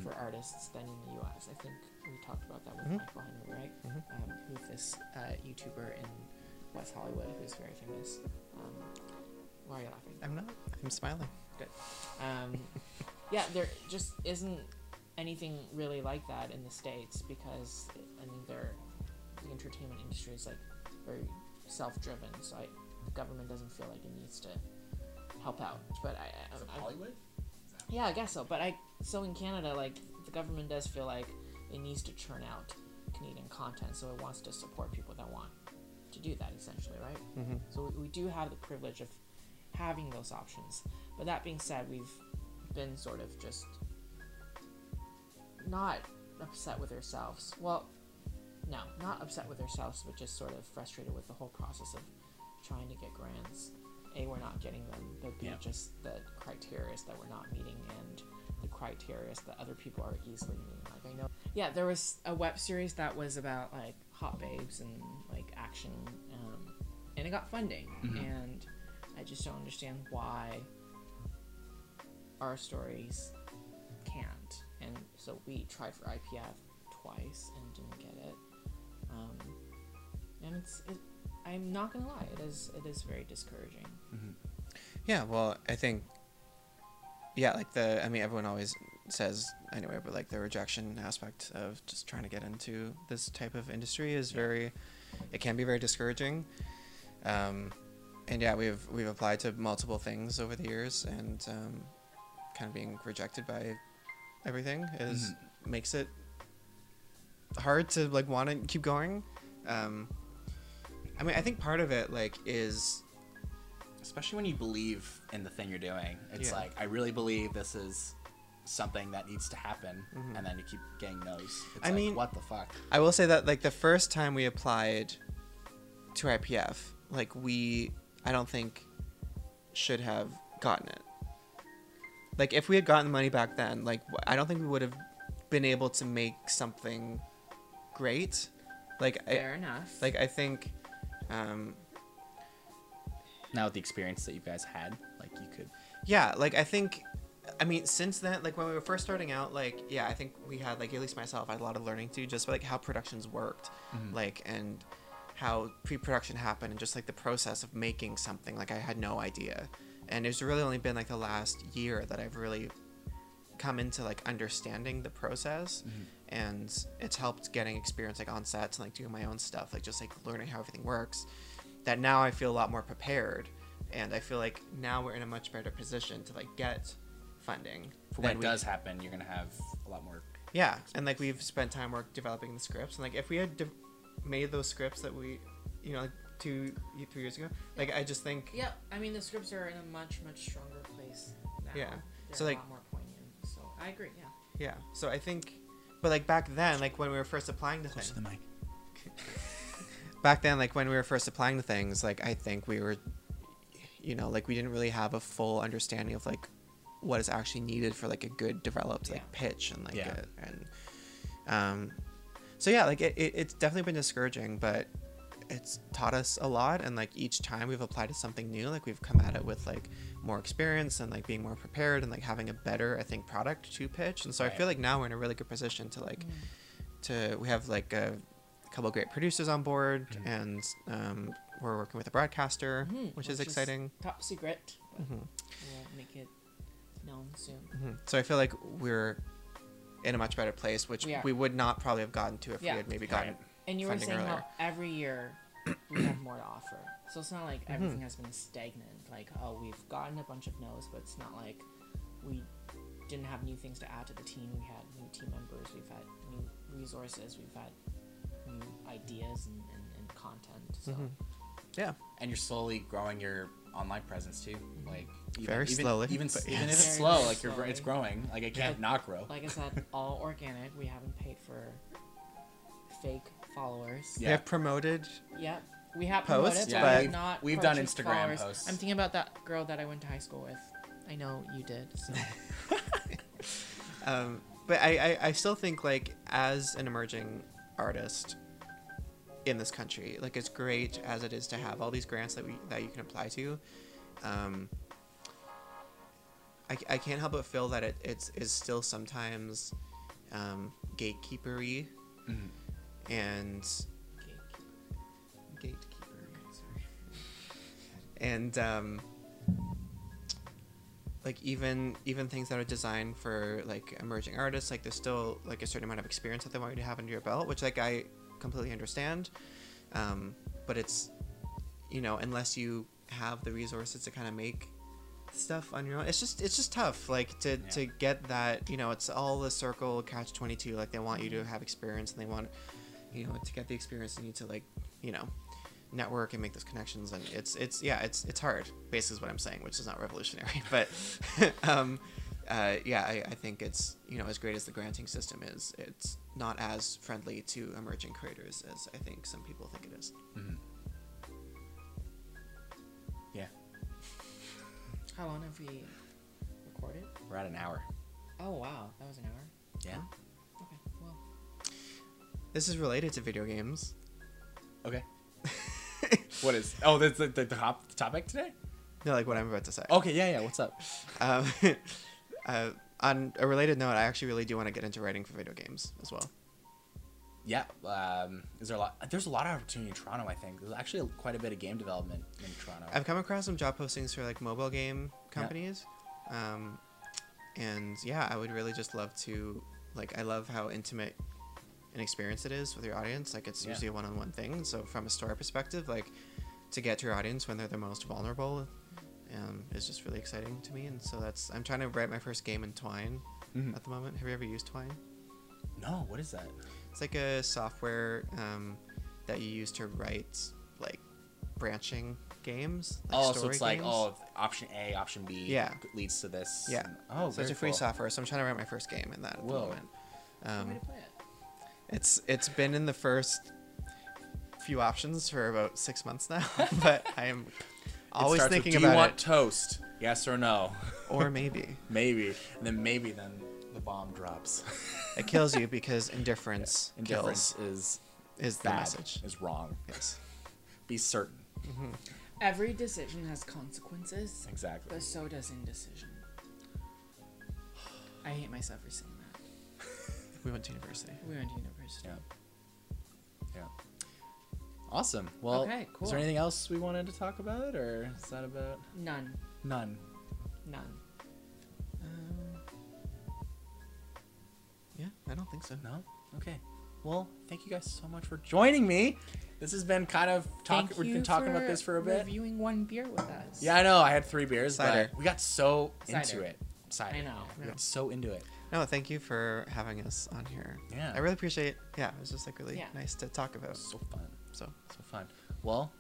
S3: for artists than in the U.S. I think we talked about that with
S1: Mm-hmm.
S3: Michael Henry, right? Um, who's this uh, YouTuber in West Hollywood who's very famous. Um, why are you laughing?
S2: I'm not. I'm smiling.
S3: um, yeah, there just isn't anything really like that in the states because I mean, they're, the entertainment industry is like very self-driven, so I, the government doesn't feel like it needs to help out. But I, I, I
S1: Hollywood?
S3: yeah, I guess so. But I so in Canada, like the government does feel like it needs to churn out Canadian content, so it wants to support people that want to do that, essentially, right? Mm-hmm. So we, we do have the privilege of having those options. But that being said, we've been sort of just not upset with ourselves. Well, no, not upset with ourselves, but just sort of frustrated with the whole process of trying to get grants. A, we're not getting them, but B,
S1: Yeah.
S3: just the criteria is that we're not meeting, and the criteria is that other people are easily meeting. Like I know, yeah, there was a web series that was about like hot babes and like action, um, and it got funding,
S2: Mm-hmm.
S3: and I just don't understand why our stories can't. And so we tried for IPF twice and didn't get it. Um, and it's, it, I'm not gonna lie, it is, it is very discouraging.
S2: Mm-hmm. Yeah, well, I think, yeah, like the, I mean, everyone always says anyway, but like the rejection aspect of just trying to get into this type of industry is very, it can be very discouraging. Um, and yeah, we've we've applied to multiple things over the years, and um, kind of being rejected by everything is makes it hard to like want to keep going. Um, I mean, I think part of it like is
S1: Especially when you believe in the thing you're doing. It's
S2: Yeah.
S1: like, I really believe this is something that needs to happen. And then you keep getting no's. It's
S2: Mm-hmm. I
S1: like,
S2: mean-
S1: what the fuck?
S2: I will say that like the first time we applied to IPF, like we I don't think should have gotten it. Like if we had gotten the money back then, like wh- I don't think we would have been able to make something great. Like I,
S3: Fair enough.
S2: like I think um
S1: Now, with the experience that you guys had, like, you could.
S2: yeah like i think i mean since then like when we were first starting out like yeah i think we had like at least myself i had a lot of learning to just like how productions worked like and how pre-production happened and just like the process of making something like i had no idea and it's really only been like the last year that i've really come into like understanding the process and it's helped getting experience like on sets and like doing my own stuff like just like learning how everything works that now i feel a lot more prepared and i feel like now we're in a much better position to like get funding
S1: For when
S2: than
S1: it
S2: we-
S1: does happen, you're going to have a lot more.
S2: yeah and like we've spent time work developing the scripts and like if we had de- made those scripts that we you know like two three years ago like i just think
S3: yeah, I mean the scripts are in a much much stronger place now.
S2: Yeah.
S3: They're
S2: So,
S3: a
S2: like-
S3: lot more poignant. So I agree. Yeah.
S2: yeah so i think but like back then like when we were first applying to
S1: Close
S2: things
S1: to the mic.
S2: back then like when we were first applying to things like i think we were you know like we didn't really have a full understanding of like what is actually needed for like a good developed like
S3: Yeah.
S2: pitch and like
S1: Yeah.
S2: a- and um so yeah like it, it, it's definitely been discouraging but it's taught us a lot and like each time we've applied to something new like we've come at it with like more experience and like being more prepared and like having a better i think product to pitch and so i
S1: Right.
S2: feel like now we're in a really good position to like to we have like a couple great producers on board and um, we're working with a broadcaster
S3: Mhm.
S2: Mm-hmm. which is exciting Mm-hmm.
S3: top secret. But We'll make it known soon.
S2: so i feel like we're in a much better place, which
S3: We are.
S2: we would not probably have gotten to if
S3: Yeah.
S2: we had maybe gotten.
S1: Right.
S3: And you were
S2: funding
S3: saying
S2: earlier.
S3: how every year we have more to offer. So it's not like
S1: Mm-hmm.
S3: everything has been stagnant. Like, oh, we've gotten a bunch of no's, but it's not like we didn't have new things to add to the team. We had new team members, we've had new resources, we've had new ideas and, and, and content. So
S1: Mm-hmm.
S2: Yeah.
S1: and you're slowly growing your online presence too. Like even,
S2: Very
S1: even-
S2: slowly,
S1: Even
S2: but
S1: even if
S2: yes.
S1: it's
S3: Very
S1: slow, like you're gr-
S3: slowly.
S1: it's growing. Like it can't
S3: Yeah.
S1: not grow.
S3: like I said, all organic. We haven't paid for fake followers.
S1: Yeah.
S2: We have promoted.
S3: Yep. We have
S2: Posts,
S3: promoted,
S1: yeah,
S3: but
S1: we've-
S3: we've, not
S1: we've done
S3: purchased
S1: Instagram
S3: followers.
S1: posts.
S3: I'm thinking about that girl that I went to high school with. I know you did. So.
S2: Um, but I, I, I still think like as an emerging artist in this country, like as great as it is to have all these grants that we that you can apply to, um, I, I can't help but feel that it it's is still sometimes um, gatekeepery Mm-hmm. and gatekeeper. Sorry. And um, like even even things that are designed for like emerging artists, like there's still like a certain amount of experience that they want you to have under your belt, which like I completely understand. Um, but it's you know unless you have the resources to kind of make stuff on your own it's just it's just tough like to to get that you know it's all the circle catch 22 like they want you to have experience and they want you know to get the experience you need to like you know network and make those connections and it's it's yeah it's it's hard basically is what i'm saying which is not revolutionary but um uh yeah I, I think it's you know as great as the granting system is it's not as friendly to emerging creators as i think some people think it is
S1: Yeah,
S3: How long have we recorded?
S1: we're at an hour.
S3: Oh wow, that was an hour.
S1: Yeah.
S3: Okay, well,
S2: this is related to video games
S1: Okay. what is? Oh, that's the, the, the top topic today.
S2: no like what i'm about to say
S1: Okay. Yeah. Yeah. What's up?
S2: um, uh, on a related note i actually really do want to get into writing for video games as well
S1: Yeah. Um, is there a lot? There's a lot of opportunity in Toronto. I think there's actually quite a bit of game development in Toronto.
S2: I've come across some job postings for like mobile game companies, um, and yeah, I would really just love to like. I love how intimate an experience it is with your audience. Like it's
S1: Yeah.
S2: usually a one-on-one thing. So from a story perspective, like to get to your audience when they're the most vulnerable, um, is just really exciting to me. And so that's I'm trying to write my first game in Twine
S1: Mhm.
S2: at the moment. Have you ever used Twine?
S1: no. What is that?
S2: It's like a software um, that you use to write like branching games. Like
S1: oh, so
S2: story
S1: it's like
S2: games.
S1: oh, option A, option B.
S2: Yeah.
S1: Leads to this.
S2: Yeah.
S1: and- oh,
S2: so it's
S1: very
S2: a free
S1: cool.
S2: software. So I'm trying to write my first game in that at
S1: Whoa.
S2: the moment. Um,
S3: way to play it.
S2: it's it's been in the first few options for about six months now, but I am
S1: It
S2: always
S1: starts with,
S2: thinking
S1: Do
S2: about
S1: you want
S2: it.
S1: toast? Yes or no?
S2: Or maybe
S1: maybe. And then maybe then the bomb drops.
S2: it kills you because indifference,
S1: Indifference is
S2: kills is the
S1: bad.
S2: message.
S1: Is wrong.
S2: Yes.
S1: Be certain.
S3: Every decision has consequences,
S1: Exactly.
S3: but so does indecision. I hate myself for saying that.
S2: We went to university.
S3: We went to university.
S1: Yeah. Yeah. Awesome. Well,
S3: Okay,
S1: is
S3: cool.
S1: there anything else we wanted to talk about, or is that about
S3: None,
S1: none?
S3: none.
S2: Um, Yeah, I don't think so.
S1: No. Okay. Well, thank you guys so much for joining me. This has been kind of talk.
S3: Thank
S1: We've
S3: you
S1: been talking about this for a bit.
S3: Reviewing one beer with us.
S1: Yeah, I know. I had three beers,
S2: Cider.
S1: but we got so
S3: Cider.
S1: into it. Cider.
S3: I know.
S1: We got so into it.
S2: No, thank you for having us on here.
S1: Yeah.
S2: I really appreciate. Yeah, it was just like really
S3: Yeah.
S2: nice to talk about.
S1: So fun.
S2: So
S1: So fun. Well,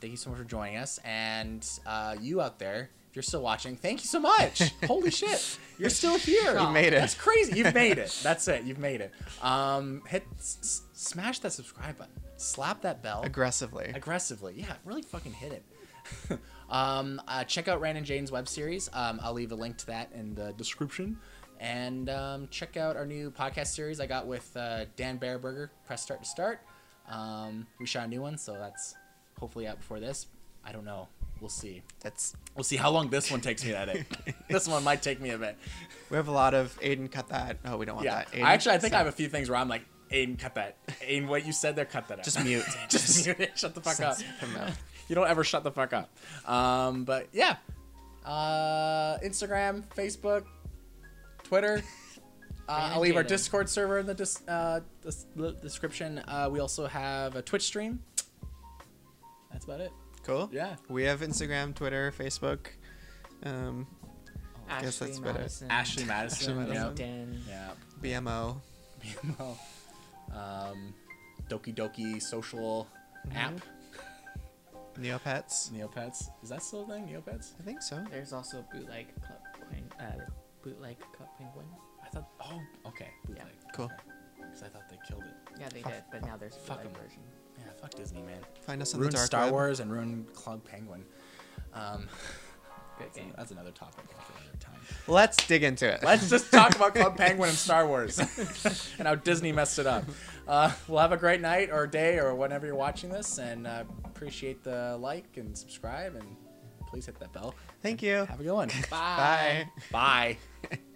S1: thank you so much for joining us. And uh, you out there, if you're still watching, thank you so much. Holy shit. You're still here.
S2: You made it.
S1: That's crazy. You've made it. That's it. You've made it. Um, hit, s- s- smash that subscribe button. Slap that bell.
S2: aggressively.
S1: Aggressively. Yeah, really fucking hit it. um, uh, check out Rand and Jane's web series. Um, I'll leave a link to that in the description. And um, check out our new podcast series I got with uh, Dan Bearberger, Press Start to Start. Um, we shot a new one, so that's hopefully out before this. I don't know. We'll see.
S2: That's
S1: We'll see how long this one takes me that day. this one might take me a bit.
S2: we have a lot of Aiden. Cut that. Oh, we don't want
S1: Yeah.
S2: that. Aiden,
S1: I actually, I think
S2: so-
S1: I have a few things where I'm like, Aiden, cut that. Aiden, what you said there, cut that out.
S2: Just mute.
S1: Just mute it. Shut the fuck up.
S2: Censor him out.
S1: you don't ever shut the fuck up. Um, but yeah, uh, Instagram, Facebook, Twitter, Uh, I'll leave our
S3: Jaden.
S1: Discord server in the, dis- uh, dis- the description. Uh, we also have a Twitch stream. That's about it.
S2: Cool.
S1: Yeah.
S2: We have Instagram, Twitter, Facebook. Um,
S3: Ashley
S2: guess that's better.
S3: Madison.
S1: Mm. Ashley Madison.
S2: Ashley
S1: yeah.
S3: LinkedIn.
S1: Yeah.
S2: BMO.
S1: BMO. Um, Doki Doki social app.
S2: Neopets.
S1: Neopets. Is that still a thing? Neopets?
S2: I think so.
S3: There's also bootleg club penguin. Uh, bootleg club penguin.
S1: I thought. Oh, okay. Bootleg.
S2: Cool.
S1: Because I thought they killed it.
S3: Yeah, they
S2: Fuck-
S3: did, but now there's a
S1: fuck
S3: bootleg
S1: 'em.
S3: version.
S1: Yeah. Fuck Disney, man.
S2: Find us on
S1: Ruined
S2: the dark
S1: Star
S2: web.
S1: Wars and ruined Club Penguin. Um,
S3: Good game.
S1: that's another topic for another time.
S2: Let's dig into it.
S1: Let's just talk about Club Penguin and Star Wars and how Disney messed it up. Uh, we'll have a great night or day or whenever you're watching this, and uh, appreciate the like and subscribe, and please hit that bell.
S2: Thank you.
S1: Have a good one.
S3: Bye.
S2: Bye.
S1: Bye.